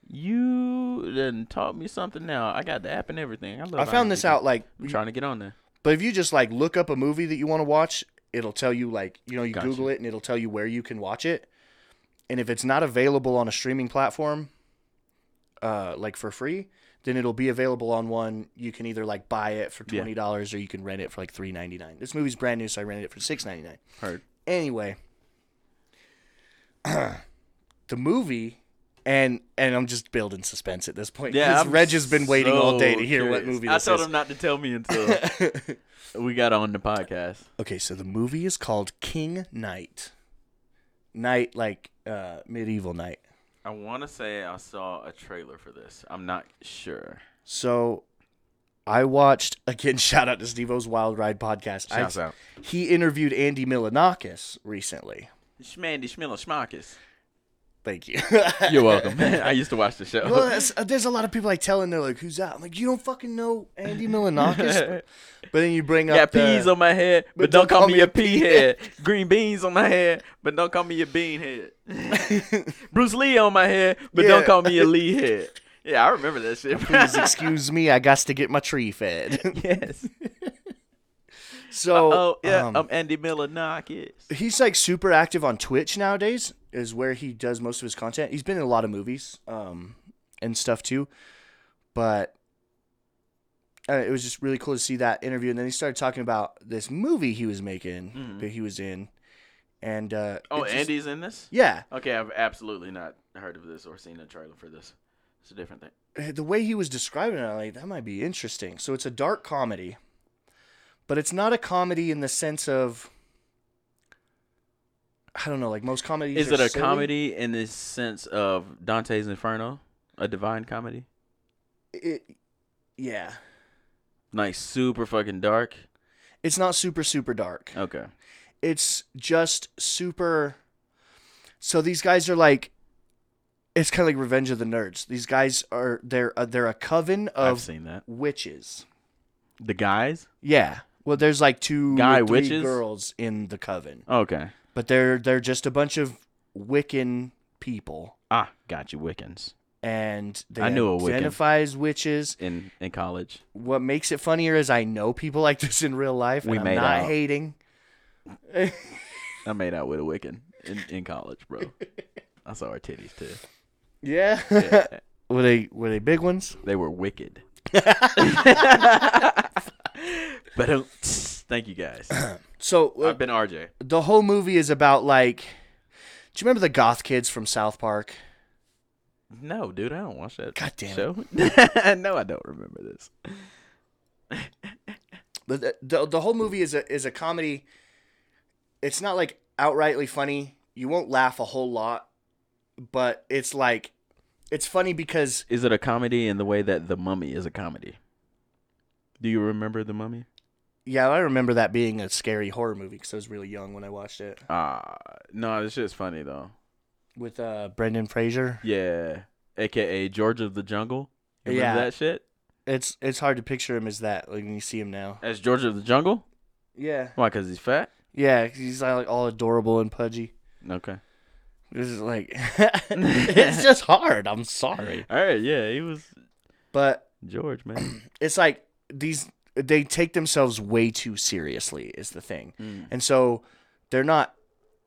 You then taught me something. Now I got the app and everything. I, I love found this IMDb. out like I'm trying to get on there. But if you just like look up a movie that you want to watch, it'll tell you like you know you Gotcha. Google it and it'll tell you where you can watch it. And if it's not available on a streaming platform, uh, like for free, then it'll be available on one. You can either like buy it for Yeah. twenty dollars or you can rent it for like three ninety nine. This movie's brand new, so I rented it for six ninety nine. Heard. Anyway, the movie. And and I'm just building suspense at this point. Yeah, Yeah, I'm Reg has been waiting all so day to hear what curious. movie I this told is. him not to tell me until we got on the podcast. Okay, so the movie is called King Knight. Knight like uh medieval knight. I want to say I saw a trailer for this. I'm not sure. So I watched again shout out to Steve O's Wild Ride podcast. I- Shouts out. He interviewed Andy Milanakis recently. Schmandy Schmilla Schmackis. Thank you. You're welcome. I used to watch the show. well, that's, uh, there's a lot of people I tell and they're like, "Who's that?" I'm like, "You don't fucking know Andy Milanakis." but then you bring Got up the- peas on my head, but, don't, call, me a pea head. Green beans on my head, but don't call me a bean head. Bruce Lee on my head, but don't Yeah. call me a Lee head. Yeah, I remember that shit. Please excuse me, I got to get my tree fed. yes. so, Oh yeah, um, I'm Andy Miller Knockis. he's like super active on Twitch nowadays. Is where he does most of his content. He's been in a lot of movies, um, and stuff too. But uh, it was just really cool to see that interview, and then he started talking about this movie he was making that he was in, and uh, Mm-hmm. Oh, it just- Andy's in this. yeah, Okay, I've absolutely not heard of this or seen a trailer for this. It's a different thing. the way he was describing it, I'm like that might be interesting. So it's a dark comedy, but it's not a comedy in the sense of. I don't know, like most comedies. Is are it a silly. comedy in the sense of Dante's Inferno, a divine comedy, It, yeah, like super fucking dark? it's not super super dark Okay. it's just super so these guys are like it's kind of like revenge of the nerds these guys are they're uh, they're a coven I've of seen that. witches The guys. yeah well there's like two or Guy three witches? girls in the coven Okay. but they're they're just a bunch of wiccan people Ah, got you, Wiccans. and they I knew a Wiccan. identify as witches In in college. what makes it funnier is i know people like this in real life and We i'm made not out. hating I made out with a Wiccan in, in college, bro. I saw her titties too. yeah, were they were they big ones They were wicked. but um, thank you guys. so uh, I've been RJ. the whole movie is about like do you remember the goth kids from south park No, dude, I don't watch that. God damn it. show. It. no, I don't remember this. the, the, the whole movie is a is a comedy it's not like outrightly funny you won't laugh a whole lot but it's like it's funny because Is it a comedy in the way that The Mummy is a comedy? Do you remember the mummy? Yeah, I remember that being a scary horror movie because I was really young when I watched it Ah, no, this shit's funny though. with uh, Brendan Fraser. Yeah, aka George of the Jungle. You remember Yeah. that shit? It's it's hard to picture him as that like when you see him now. As George of the Jungle? Yeah, Why? Cause he's fat. yeah, 'cause he's like all adorable and pudgy. Okay. This is like it's just hard. I'm sorry, All right. Yeah, he was but George, man. it's like these they take themselves way too seriously is the thing and so they're not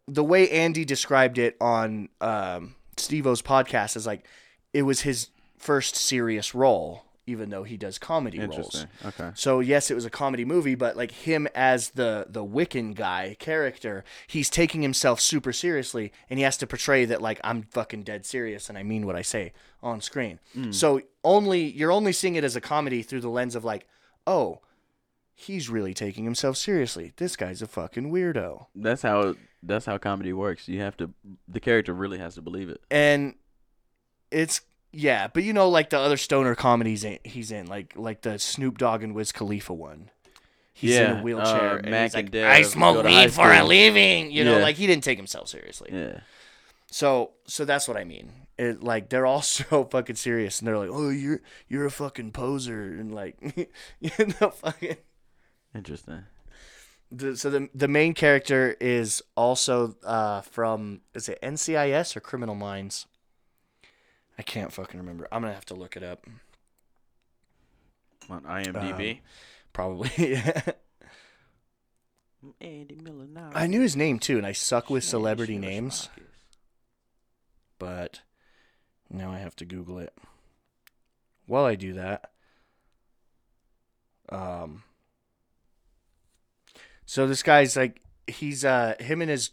the way andy described it on um, steve o's podcast is like it was his first serious role even though he does comedy roles Interesting. Okay. so yes, it was a comedy movie, but like him as the the Wiccan guy character, he's taking himself super seriously, and he has to portray that like I'm fucking dead serious and I mean what I say on screen. Hmm. So only you're only seeing it as a comedy through the lens of like, oh, he's really taking himself seriously. This guy's a fucking weirdo. That's how that's how comedy works. You have to the character really has to believe it. and it's yeah, but you know, like the other stoner comedies in, he's in, like like the Snoop Dogg and Wiz Khalifa one. He's in Yeah, a wheelchair uh, and Mac he's like, and Dev "I go smoke to high weed for a school." living," you know, Yeah. like he didn't take himself seriously. Yeah. So, so that's what I mean. It like they're all so fucking serious, and they're like, "Oh, you're you're a fucking poser," and like, you know, fucking. Interesting. The, so the the main character is also uh, from is it NCIS or Criminal Minds? I can't fucking remember. I'm gonna have to look it up. On IMDb. Probably. yeah. Andy Miller. I knew his name too, and I suck with celebrity names, but now I have to Google it. While I do that, um, so this guy's like he's uh him and his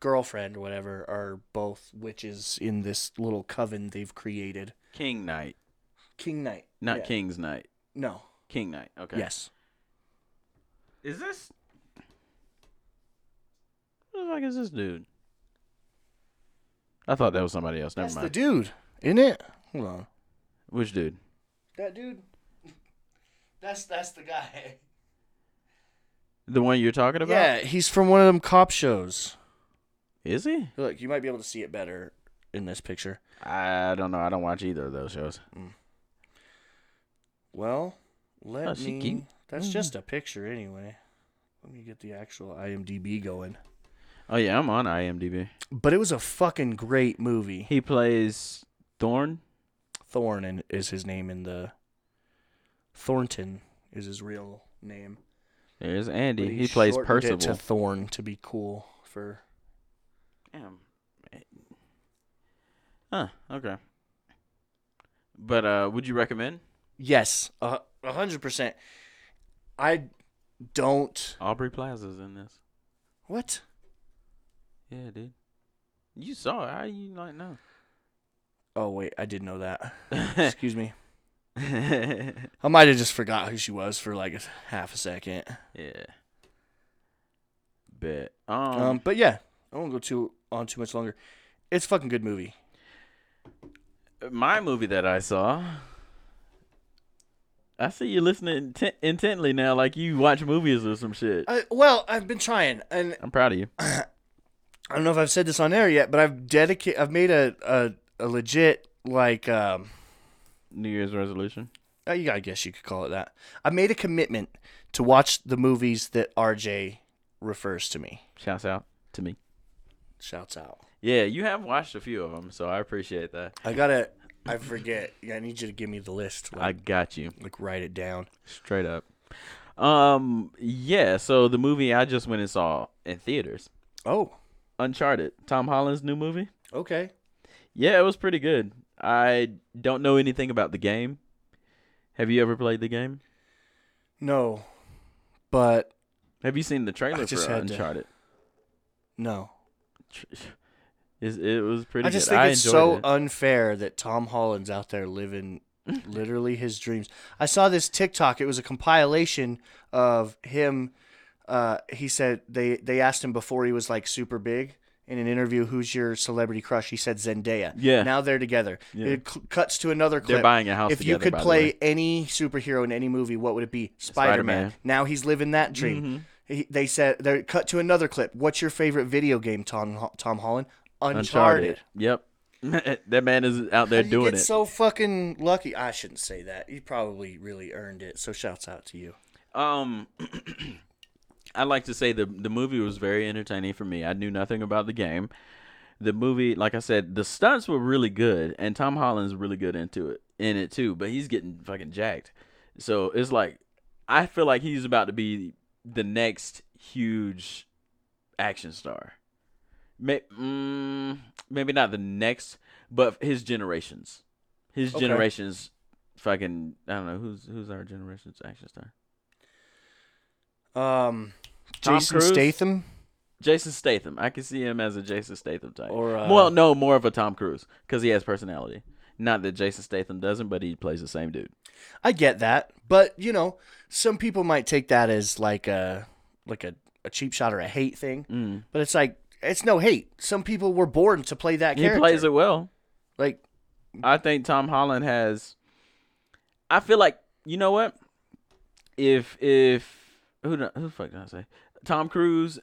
girlfriend or whatever are both witches in this little coven they've created. King Knight, King Knight. not Yeah. King's Knight. No. King Knight. Okay. Yes. Is this? Who the fuck is this dude? I thought that was somebody else. Never That's the mind. dude, isn't it? Hold on. Which dude? That dude. That's that's the guy. The one you're talking about? Yeah, he's from one of them cop shows. Is he? Look, you might be able to see it better in this picture. I don't know. I don't watch either of those shows. Well, let Oh, she me. cute. That's just a picture anyway. Let me get the actual IMDb going. Oh yeah, I'm on IMDb. But it was a fucking great movie. He plays Thorn. Thorn and is his name in the. Thornton is his real name. There's but Andy. he He plays shortened it Percival. to Thorn to be cool for. Damn. Huh. Okay. But uh, would you recommend Yes, a a hundred percent. I don't. Aubrey Plaza's in this? What? Yeah, dude. You saw it. How you not know? Oh wait, I did know that. Excuse me. I might have just forgot who she was for like a half a second. yeah. Bet. Um, Um. but yeah, I won't go too on too much longer. It's a fucking good movie. my movie that I saw. I see you listening inten- intently now, like you watch movies or some shit. I, well, I've been trying, and I'm proud of you. I don't know if I've said this on air yet, but I've dedicated. I've made a a, a legit like. Um, New Year's resolution. uh, you- I guess you could call it that. I made a commitment to watch the movies that RJ refers to me. Shouts out to me. Shouts out. Yeah, you have watched a few of them, so I appreciate that. I gotta. I forget. I need you to give me the list. I Like, got you like write it down. straight up. Um, yeah. So the movie I just went and saw in theaters, Oh, Uncharted, Tom Holland's new movie. okay. Yeah, it was pretty good. I don't know anything about the game. Have you ever played the game? No, but Have you seen the trailer just for had to- Uncharted? no. Tr- It's, it was pretty. I just good. think I it's enjoyed so it. unfair that Tom Holland's out there living literally his dreams. I saw this TikTok. It was a compilation of him. Uh, he said they they asked him before he was like super big, in an interview, "Who's your celebrity crush?" He said Zendaya. Yeah. Now they're together. It cl- cuts to another clip. They're buying a house If you together, could by the play way. any superhero in any movie, what would it be? Spider Man. Spider-Man. Mm-hmm. Now he's living that dream. He, they said they cut to another clip. What's your favorite video game, Tom Ho- Tom Holland? Uncharted. Uncharted. Yep. that man is out there You doing get it. so fucking lucky. I shouldn't say that. You probably really earned it. So shouts out to you. Um, I'd like to say the the movie was very entertaining for me. I knew nothing about the game. The movie, like I said, the stunts were really good, and Tom Holland's really good into it in it too. But he's getting fucking jacked, so it's like I feel like he's about to be the next huge action star. May, mm, maybe not the next, but his generations, his Okay. generations. Fucking, I don't know who's who's our generation's action star. Um, Tom Jason Cruise? Statham. Jason Statham. I can see him as a Jason Statham type. Or, uh, well, no, more of a Tom Cruise because he has personality. Not that Jason Statham doesn't, but he plays the same dude. I get that, but you know, some people might take that as like a like a, a cheap shot or a hate thing. Mm. But it's like it's no hate. Some people were born to play that He character. plays it well. like I think Tom Holland has. I feel like you know what? If if who the- who the fuck did I say? Tom Cruise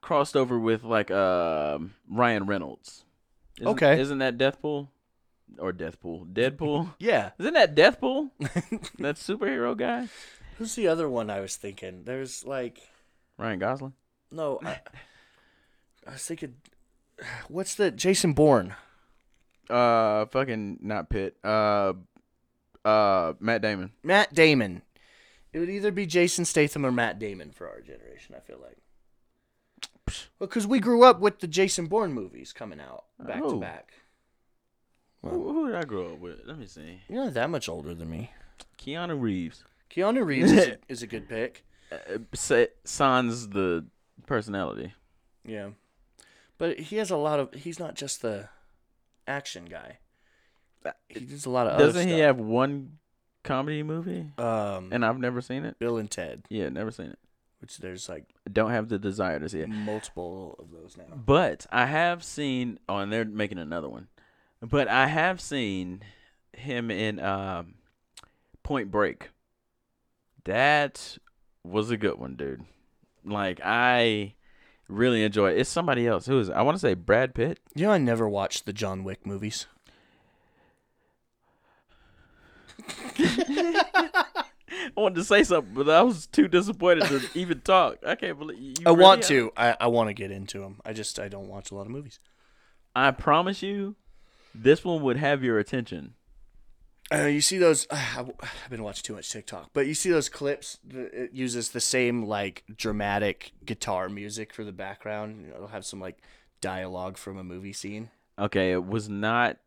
crossed over with like um Ryan Reynolds. Isn't- Okay. isn't that Deathpool or Deathpool? Deadpool? yeah. Isn't that Deathpool? that superhero guy, Who's the other one I was thinking? There's like Ryan Gosling. no. I, I was thinking, what's the Jason Bourne? Uh, fucking not Pitt. Uh, uh, Matt Damon. Matt Damon. It would either be Jason Statham or Matt Damon for our generation. I feel like. Well, because we grew up with the Jason Bourne movies coming out back to Oh. back. Who, who did I grow up with? Let me see. You're not that much older than me. Keanu Reeves. Keanu Reeves is, a, is a good pick. Uh, sa- sans the personality. Yeah, but he has a lot of. He's not just the action guy. Uh, He does a lot of. Doesn't other he stuff. have one comedy movie? um And I've never seen it. Bill and Ted? Yeah, never seen it. Which there's like Don't have the desire to see it. multiple of those now. But I have seen. Oh, and they're making another one. But I have seen him in um, Point Break. That was a good one, dude. Like I really enjoy it. It's somebody else. Who is it? I want to say Brad Pitt. You know, I never watched the John Wick movies. I wanted to say something, but I was too disappointed to even talk. I can't believe you. I really want have- to. I, I want to get into them. I just I don't watch a lot of movies. I promise you, this one would have your attention. Uh, you see those? I, have been watching too much TikTok, but you see those clips. that It uses the same like dramatic guitar music for the background. It'll have some like dialogue from a movie scene. Okay, it was not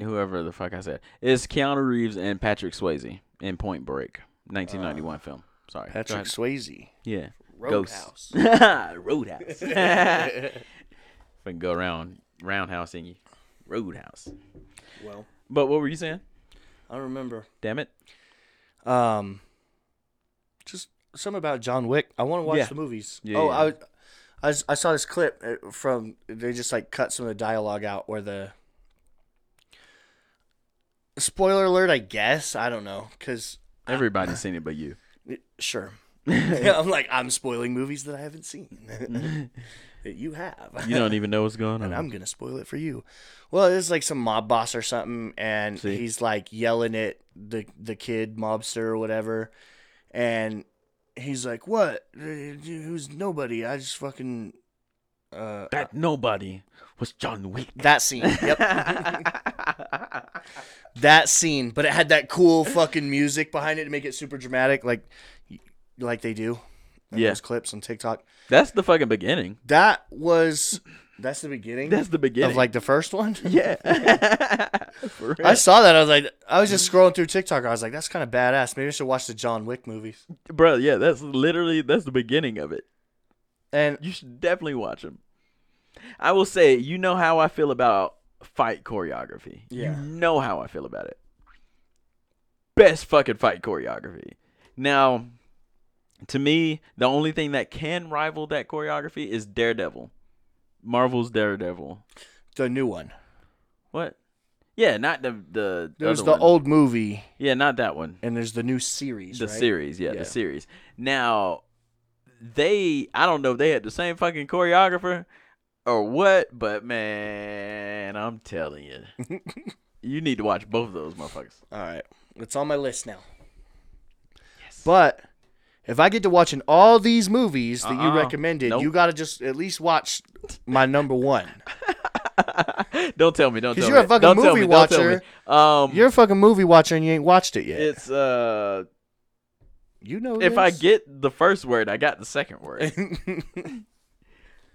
whoever the fuck I said. It's Keanu Reeves and Patrick Swayze in Point Break, 1991 film. Sorry. go Patrick ahead. Swayze. Yeah. Roadhouse. Ghosts. Roadhouse. Fucking go around roundhouse in you. Roadhouse. Well, But what were you saying? I remember. Damn it. Um, just something about John Wick. I want to watch Yeah. the movies. Yeah, oh, yeah. I was- I, was- I saw this clip uh, from they just like cut some of the dialogue out where the spoiler alert. I guess I don't know because Everybody's seen it but you. sure. I'm like I'm spoiling movies that I haven't seen that you have. Mm-hmm. You don't even know what's going on. and I'm gonna spoil it for you. Well, it's like some mob boss or something, and See? he's like yelling at the the kid mobster or whatever, and he's like, "What? Uh, Who's nobody? I just fucking uh that nobody was John Wick. that scene. Yep, that scene. But it had that cool fucking music behind it to make it super dramatic, like like they do. in Yeah. those clips on TikTok. That's the fucking beginning. That was that's the beginning. That's the beginning. of like the first one. yeah. For real. I saw that. I was like, I was just scrolling through TikTok. I was like, that's kind of badass. Maybe I should watch the John Wick movies. Bro, yeah, that's literally that's the beginning of it. And You should definitely watch them. I will say, you know how I feel about fight choreography. Yeah. You know how I feel about it. Best fucking fight choreography. Now, to me, the only thing that can rival that choreography is Daredevil. Marvel's Daredevil. the new one. What? Yeah, not the the There's other the one. old movie Yeah, not that one. and there's the new series. The right? series, yeah, Yeah. the series. Now, they, I don't know if they had the same fucking choreographer or what, but man, I'm telling you, you need to watch both of those motherfuckers. All right, it's on my list now. But if I get to watching all these movies that you Uh-uh. recommended, Nope. you gotta just at least watch my number one. don't tell me, don't 'Cause tell me. you're a fucking don't tell movie me, don't tell me. watcher. Um, You're a fucking movie watcher and you ain't watched it yet. it's uh, you know if I this. get the first word, I got the second word.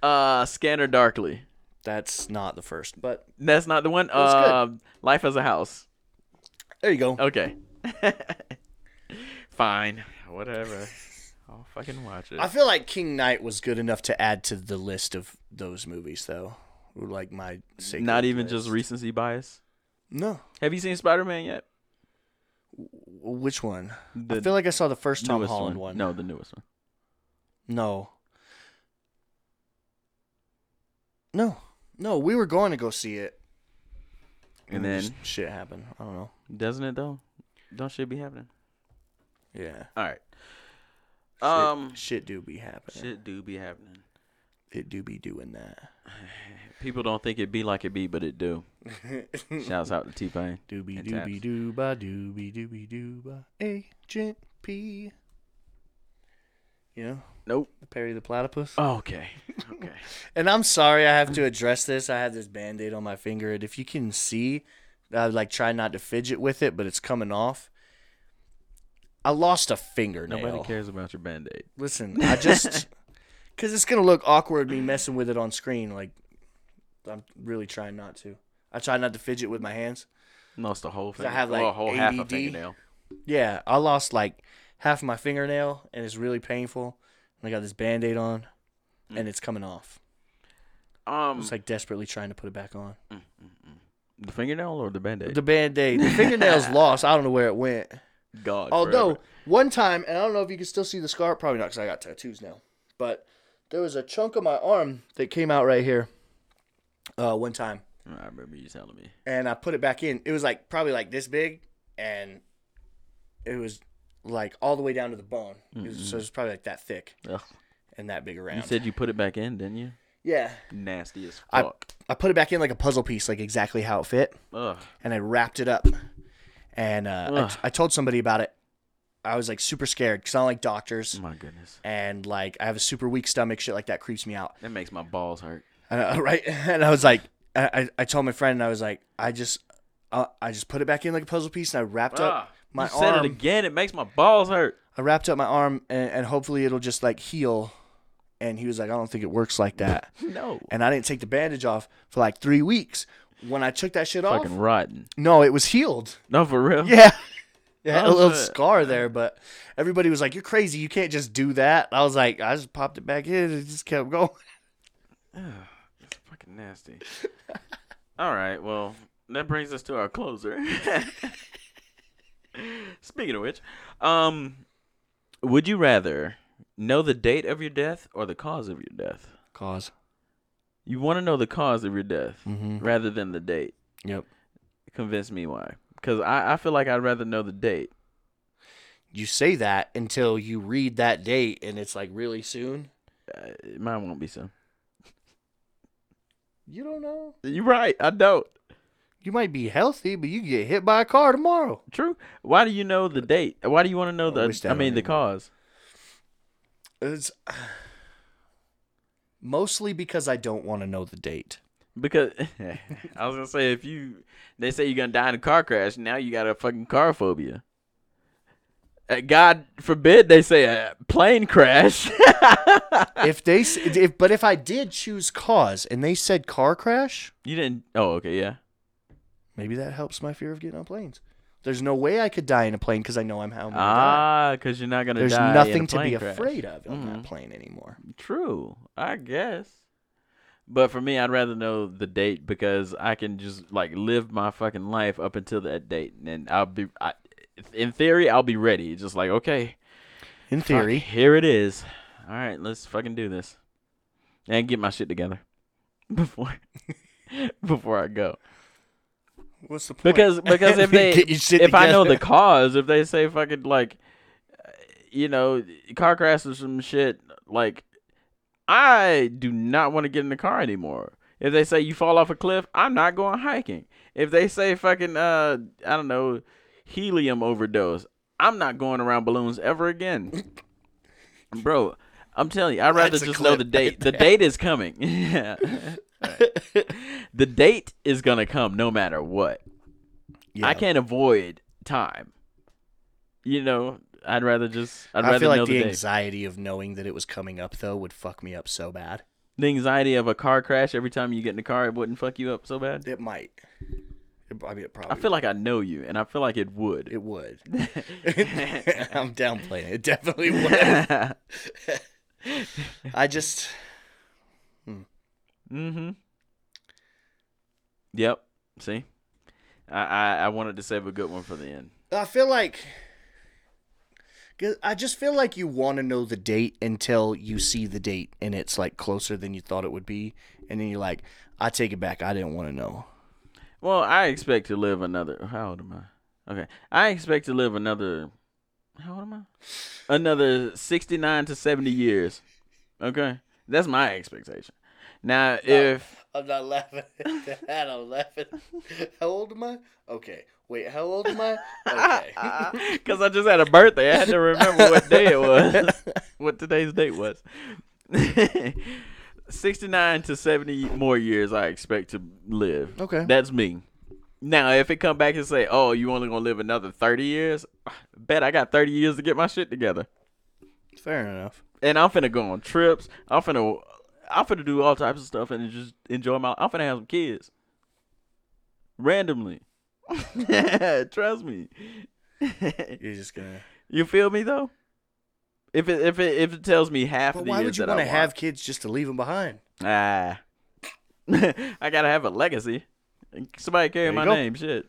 uh, Scanner Darkly. That's not the first, but That's not the one. was good. Um, Life as a House. there you go. Okay. Fine. Whatever. I'll fucking watch it. I feel like King Knight was good enough to add to the list of those movies, though. Like my sacred Not even list. just recency bias. no. Have you seen Spider Man yet? W- Which one? I The feel like I saw the first Tom newest Holland one. one. No, the newest one. no, no, no. We were going to go see it, And just then shit happened. I don't know. doesn't it though? Don't shit be happening. Yeah. All right. Shit- Um, shit do be happening. shit do be happening. It do be doing that. People don't think it be like it be, but it do. Shouts out to T Pain. Doobie And taps. doobie dooba doobie doobie dooba agent P. You know, Nope. Perry the Platypus. Okay. Okay. And I'm sorry I have to address this. I have this band aid on my finger, and if you can see, I like try not to fidget with it, but it's coming off. I lost a fingernail. Nobody cares about your band aid. Listen, I just because it's gonna look awkward me messing with it on screen. Like I'm really trying not to. I try not to fidget with my hands. Lost the whole thing. I have, like, well, a whole half a ADD. fingernail. Yeah, I lost like half my fingernail, and it's really painful. And I got this band aid on, and it's coming off. Um, It's like desperately trying to put it back on. the fingernail or the band aid? The band aid. The fingernail's lost. I don't know where it went. God. Although, forever. one time, and I don't know if you can still see the scar, probably not because I got tattoos now, but there was a chunk of my arm that came out right here uh, one time, I remember you telling me. and I put it back in. It was like probably like this big, and it was like all the way down to the bone. It was, so it was probably like that thick Ugh. and that big around. You said you put it back in, didn't you? yeah. Nasty as I- fuck. I put it back in like a puzzle piece, like exactly how it fit. Ugh. and I wrapped it up. And uh, Ugh. I, I told somebody about it. I was like super scared because I don't like doctors, My goodness. and like I have a super weak stomach. Shit like that creeps me out. That makes my balls hurt. And, I- right? And I was like, I, I, I told my friend, and I was like, I just, uh, I just put it back in like a puzzle piece, and I wrapped Ah, up my you said arm. it again. It makes my balls hurt. I wrapped up my arm, and, and hopefully it'll just like heal. And he was like, I don't think it works like that. No. and I didn't take the bandage off for like three weeks. When I took that shit off, Fucking rotten. no, it was healed. No, for real. Yeah. Yeah, a Oh, little shit. scar there, but everybody was like, "You're crazy! You can't just do that." I was like, "I just popped it back in and it just kept going." It's fucking nasty. All right. Well, that brings us to our closer. Speaking of which, um, would you rather know the date of your death or the cause of your death? Cause, You want to know the cause of your death Mhm. rather than the date. yep, Convince me why. Because I, I feel like I'd rather know the date. you say that until you read that date, and it's like really soon. Uh, mine won't be so. You don't know. You're right. I don't. You might be healthy, but you could get hit by a car tomorrow. True. Why do you know the date? Why do you want to know I wish the? that I, mean, I the knew. cause. It's mostly because I don't want to know the date. Because I was gonna say, if you, they say you're gonna die in a car crash. Now you got a fucking car phobia. Uh, God forbid they say a plane crash. if they, s- if but if I did choose cause, and they said car crash, you didn't. Oh, okay, yeah. Maybe that helps my fear of getting on planes. There's no way I could die in a plane because I know I'm how I'm gonna die. Ah, because you're not Oh gonna. There's die in a nothing to plane be crash. afraid of on Mhm. that plane anymore. True, I guess. But for me, I'd rather know the date because I can just like live my fucking life up until that date, and I'll be, I, in theory, I'll be ready. Just like okay, In fuck, theory, here it is. All right, let's fucking do this, and get my shit together. before before I go. What's the point? Because because if they Get your if shit I know the together. cause, if they say fucking like, uh, you know, car crash or some shit, like, I do not want to get in the car anymore. If they say you fall off a cliff, I'm not going hiking. If they say fucking uh, I don't know, helium overdose, I'm not going around balloons ever again, bro. I'm telling you, I'd rather That's a just know clip the right date. the there. date is coming. yeah. the date is gonna come no matter what. I can't avoid time. You know, I'd rather just I'd rather I feel know like the, the day. anxiety of knowing that it was coming up though would fuck me up so bad. the anxiety of a car crash every time you get in the car, it wouldn't fuck you up so bad. It might. It, I mean, it probably. I feel like I know you, and I feel like it would. it would. I'm downplaying it. It definitely would. I just mm-hmm. Yep. See, I, I I wanted to save a good one for the end. I feel like 'cause I just feel like you want to know the date until you see the date and it's like closer than you thought it would be and then you're like I take it back I didn't want to know. Well, I expect to live another. How old am I? Okay, I expect to live another. How old am I? Another sixty-nine to seventy years. Okay, that's my expectation. Now, if I'm not laughing at that. I'm laughing. How old am I? Okay. Wait, how old am I? Okay. because I just had a birthday, I had to remember what day it was, what today's date was. Sixty-nine to seventy more years, I expect to live. Okay. that's me. Now, if it come back and say, "Oh, you only gonna live another thirty years," bet I got thirty years to get my shit together. Fair enough. and I'm finna go on trips. I'm finna, I'm finna do all types of stuff and just enjoy my. I'm finna have some kids. Randomly, trust me. You're just gonna. you feel me though? If it if it if it tells me half But of the why years would you that I want to want have kids just to leave them behind? ah, I gotta have a legacy. Somebody carry There you my go. name. Shit,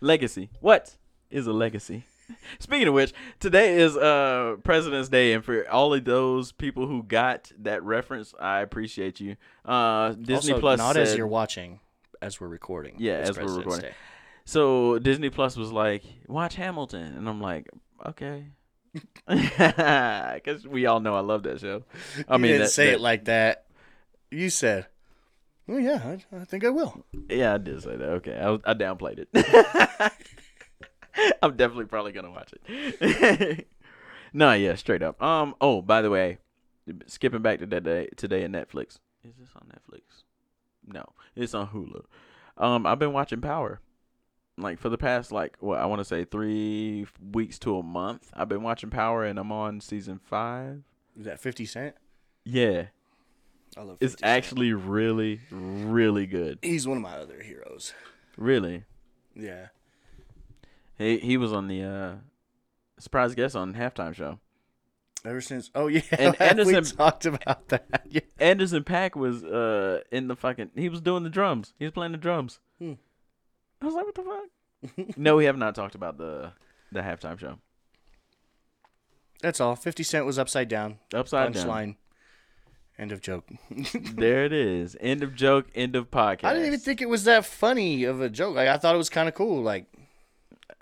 legacy. What is a legacy? Speaking of which, today is uh President's Day, and for all of those people who got that reference, I appreciate you. Uh, Disney also, Plus not as said- you're watching, as we're recording. Yeah, It's as we're President's recording. Day. so Disney Plus was like, watch Hamilton, and I'm like, okay. Because we all know I love that show. I you mean, didn't that- say that- it like that. You said, "Well, yeah, I, I think I will." Yeah, I did say that. Okay, I, was, I downplayed it. I'm definitely probably gonna watch it. no, yeah, straight up. Um. Oh, by the way, skipping back to that day today in Netflix. Is this on Netflix? No, it's on Hulu. Um, I've been watching Power. Like for the past like what I want to say three weeks to a month, I've been watching Power, and I'm on season five. Is that Fifty Cent? Yeah, I love. 50 it's Cent. actually really, really good. he's one of my other heroes. Really, Yeah, He he was on the uh, surprise guest on halftime show. ever since. Oh yeah, And we Anderson- talked about that. Yeah. Anderson Pack was uh in the fucking. He was doing the drums. He was playing the drums. Hmm. I was like, what the fuck? no, we have not talked about the the halftime show. That's all. Fifty Cent was upside down. Upside down. Punchline. End of joke. There it is. End of joke. End of podcast. I didn't even think it was that funny of a joke. Like I thought it was kind of cool. Like,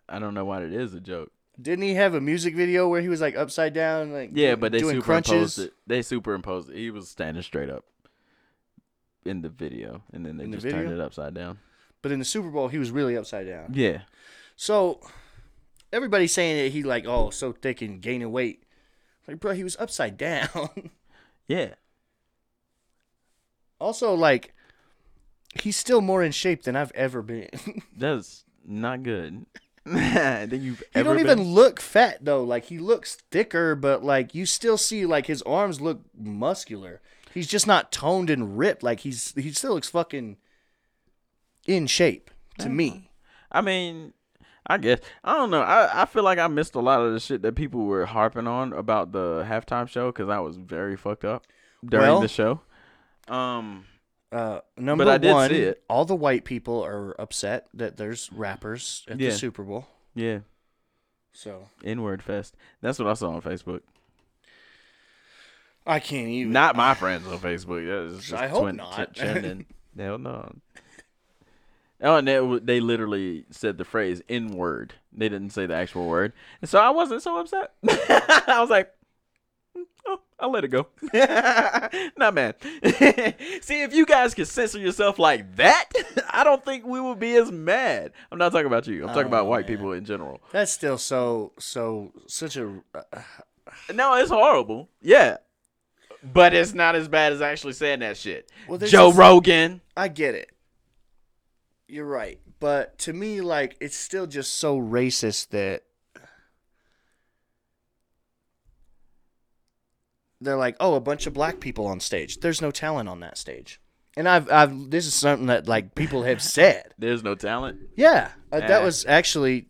I don't know why it is a joke. didn't he have a music video where he was like upside down, like Yeah, but they doing superimposed crunches? it. They superimposed it. He was standing straight up in the video, and then they In the just turned video? it upside down. But in the Super Bowl, he was really upside down. Yeah. So everybody's saying that he like oh so thick and gaining weight. Like bro, he was upside down. Yeah. also like he's still more in shape than I've ever been. you That's not good. that you've ever don't been. even look fat though. Like he looks thicker, but like you still see like his arms look muscular. He's just not toned and ripped. Like he's he still looks fucking in shape to me. I mean, I guess I don't know. I, I feel like I missed a lot of the shit that people were harping on about the halftime show because I was very fucked up during Well- the show. Um, Uh, number I did see one, it. all the white people are upset that there's rappers at Yeah. the Super Bowl. yeah, So N word fest. That's what I saw on Facebook. I can't even. Not my friends on Facebook. That is just I hope twin- not. ch- Trending. Hell no. Oh, and they, w- they literally said the phrase "n word." They didn't say the actual word, and so I wasn't so upset. I was like, "Mm, "Oh, I'll let it go." not mad. See, if you guys could censor yourself like that, I don't think we would be as mad. I'm not talking about you. I'm Oh, talking about white people in general. That's still so so such a. No, it's horrible. Yeah. But it's not as bad as actually saying that shit. Well, there's Joe just- Rogan. I get it. You're right, but to me, like it's still just so racist that they're like, oh, a bunch of black people on stage. There's no talent on that stage, and I've I've this is something that like people have said. There's no talent. Yeah, uh, that Yeah. was actually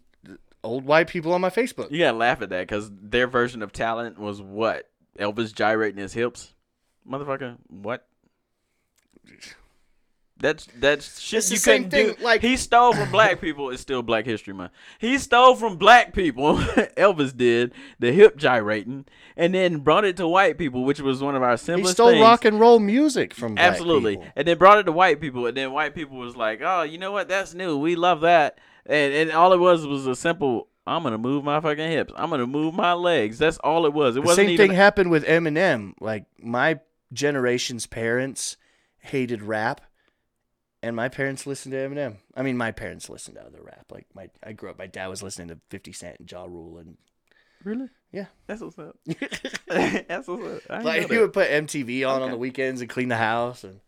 old white people on my Facebook. You gotta laugh at that because their version of talent was what? Elvis gyrating his hips? Motherfucker, what? That's that's shit It's the you same couldn't thing, do. like- Like he stole from black people. It's still Black History Month. He stole from black people. Elvis did the hip gyrating, and then brought it to white people, which was one of our He simplest stole things. rock and roll music from black Absolutely. people. And then brought it to white people, and then white people was like, "Oh, you know what? That's new. We love that." And and all it was was a simple, "I'm gonna move my fucking hips. I'm gonna move my legs." That's all it was. It the wasn't same even. thing happened with Eminem. Like my generation's parents hated rap, and my parents listened to Eminem. I mean, my parents listened to other rap. Like my, I grew up. My dad was listening to Fifty Cent and Ja Rule, and really? Yeah. That's what's up. That's what's up. I didn't like know he that. would put MTV on on the weekends and clean the house, and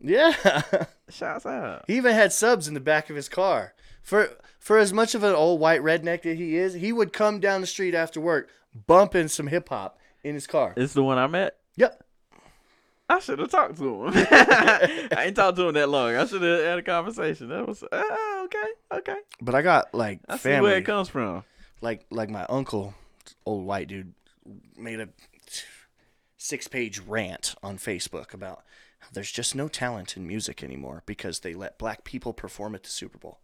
yeah, What? Shouts out. he even had subs in the back of his car for. For as much of an old white redneck that he is, he would come down the street after work bumping some hip hop in his car. It's the one I met. Yep. I should have talked to him. I ain't talked to him that long. I should have had a conversation. That was ah, okay, okay. But I got like I see family. where it comes from. like like my uncle, old white dude, made a six page rant on Facebook about how there's just no talent in music anymore because they let black people perform at the Super Bowl.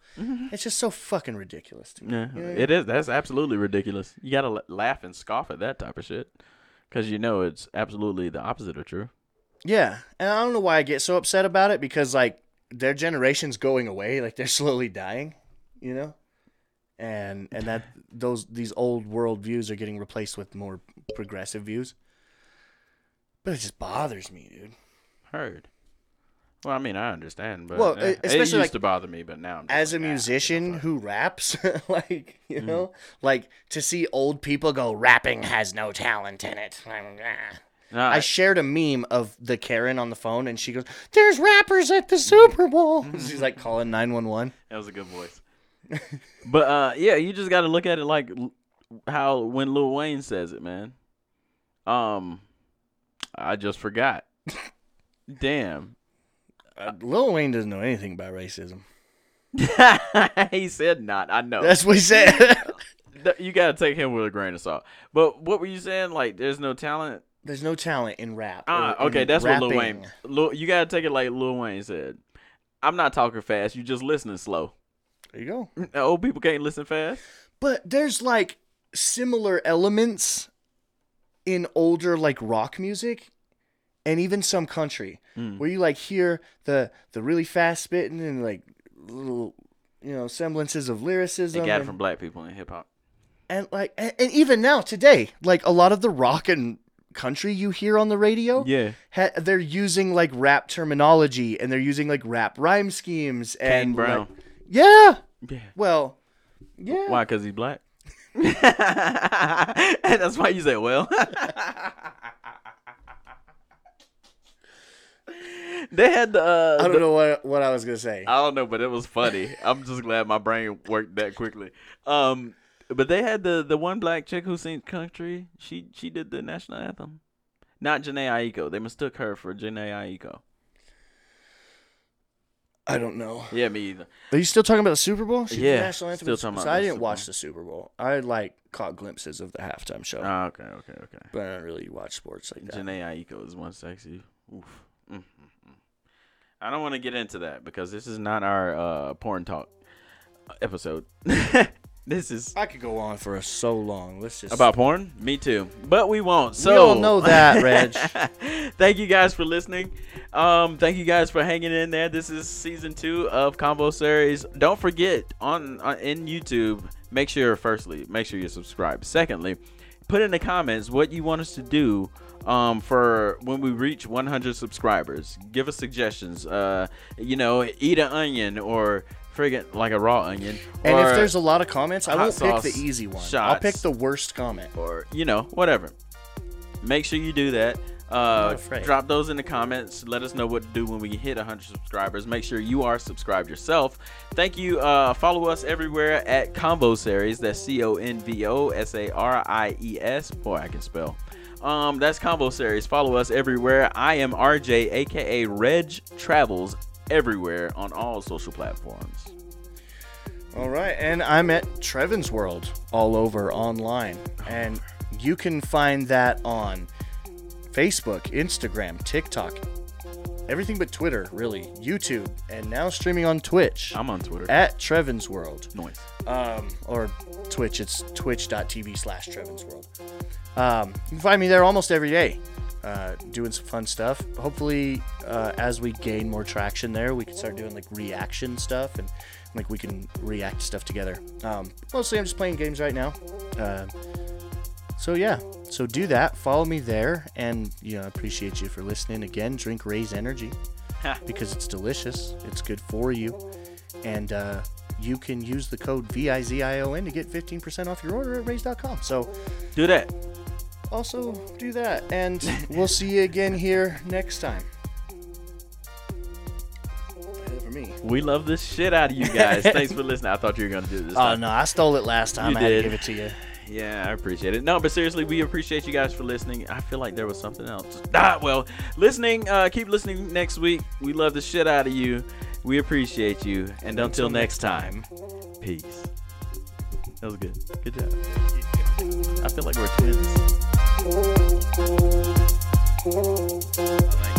It's just so fucking ridiculous to me. Yeah, it is. That's absolutely ridiculous. You gotta la- laugh and scoff at that type of shit, because you know it's absolutely the opposite of true. Yeah, and I don't know why I get so upset about it because like their generation's going away, like they're slowly dying, you know, and and that those these old world views are getting replaced with more progressive views. But it just bothers me, dude. Heard. Well, I mean, I understand, but Well, eh, e- it especially, used like, to bother me, but now I'm just as a like, ah, musician who raps, like Mm. you know, like to see old people go rapping has no talent in it. ah. nah, I shared a meme of the Karen on the phone, and she goes, "There's rappers at the Super Mm. Bowl." She's like calling nine one one. that was a good voice. but uh, yeah, you just gotta look at it like l- how when Lil Wayne says it, man. Um, I just forgot. Damn, Uh, Uh, Lil Wayne doesn't know anything about racism. he said not. I know. That's what he said. Th- you gotta take him with a grain of salt. But what were you saying? Like, there's no talent. There's no talent in rap. or Ah, in okay, that's what Lil Wayne. Uh, mm, rapping. Lil, you gotta take it like Lil Wayne said. I'm not talking fast. You just listening slow. There you go. Old people can't listen fast. But there's like similar elements in older like rock music and even some country Hmm. where you like hear the the really fast spitting and like little you know semblances of lyricism They got it and, from black people in hip hop. and, like and, and even now today like a lot of the rock and country you hear on the radio Yeah. ha- they're using like rap terminology and they're using like rap rhyme schemes and Kane Brown. like- yeah Yeah. well yeah Why? Cause he's black. and that's why you say well. they had the. Uh, I the- don't know what what I was gonna say. I don't know, but it was funny. I'm just glad my brain worked that quickly. Um, but they had the the one black chick who sings country. She she did the national anthem, not Janae Aiko. They mistook her for Janae Aiko. I don't know. Yeah, me either. Are you still talking about the Super Bowl? She did the Yeah, national anthem. still talking So about I the didn't Super watch Bowl. the Super Bowl. I like caught glimpses of the halftime show, Ah, okay, okay, okay. but I don't really watch sports like that. Janae Aiko is one sexy. Oof. Mm, mm, mm. I don't want to get into that because this is not our uh, porn talk episode. This is I could go on for so long. Let's just about porn. Me too, but we won't. So We all know that, Reg. thank you guys for listening. Um, thank you guys for hanging in there. This is season two of Combo Series. Don't forget on, on in YouTube. Make sure firstly, make sure you subscribe. Secondly, put in the comments what you want us to do um, for when we reach 100 subscribers. Give us suggestions. Uh, you know, eat an onion or friggin' like a raw onion. And or- if there's a lot of comments, I hot won't pick the sauce easy one. I'll shots. pick the worst comment. or you know whatever make sure you do that uh, not afraid. drop those in the comments let us know what to do when we hit 100 subscribers make sure you are subscribed yourself thank you uh, follow us everywhere at convo series that's c-o-n-v-o-s-a-r-i-e-s E boy i can spell um, that's convo series follow us everywhere i am rj aka reg travels everywhere on all social platforms All right, and I'm at Trevin's World all over online, and you can find that on Facebook, Instagram, TikTok, everything but Twitter, really, YouTube, and now streaming on Twitch i'm on twitter at Trevin's World. noise um, or Twitch. It's twitch.tv slash Trevin's World. Um, you can find me there almost every day uh, doing some fun stuff. Hopefully, uh, as we gain more traction there, we can start doing like reaction stuff and like we can react to stuff together. Um, mostly, I'm just playing games right now. Uh, so, yeah. So, do that. Follow me there. And, you know, I appreciate you for listening again. Drink Raise Energy because it's delicious, it's good for you and uh, you can use the code VIZION to get 15% off your order at raise.com. So do that also do that, and we'll see you again here next time. That's it for me. we love this shit out of you guys thanks for listening i thought you were gonna do this Oh no, I stole it last time. You I had did. to give it to you. Yeah, I appreciate it. No, but seriously, we appreciate you guys for listening. I feel like there was something else. Ah, well, listening. Uh, keep listening next week. We love the shit out of you. We appreciate you. And until next time, peace. That was good. Good job. I feel like we're twins. I like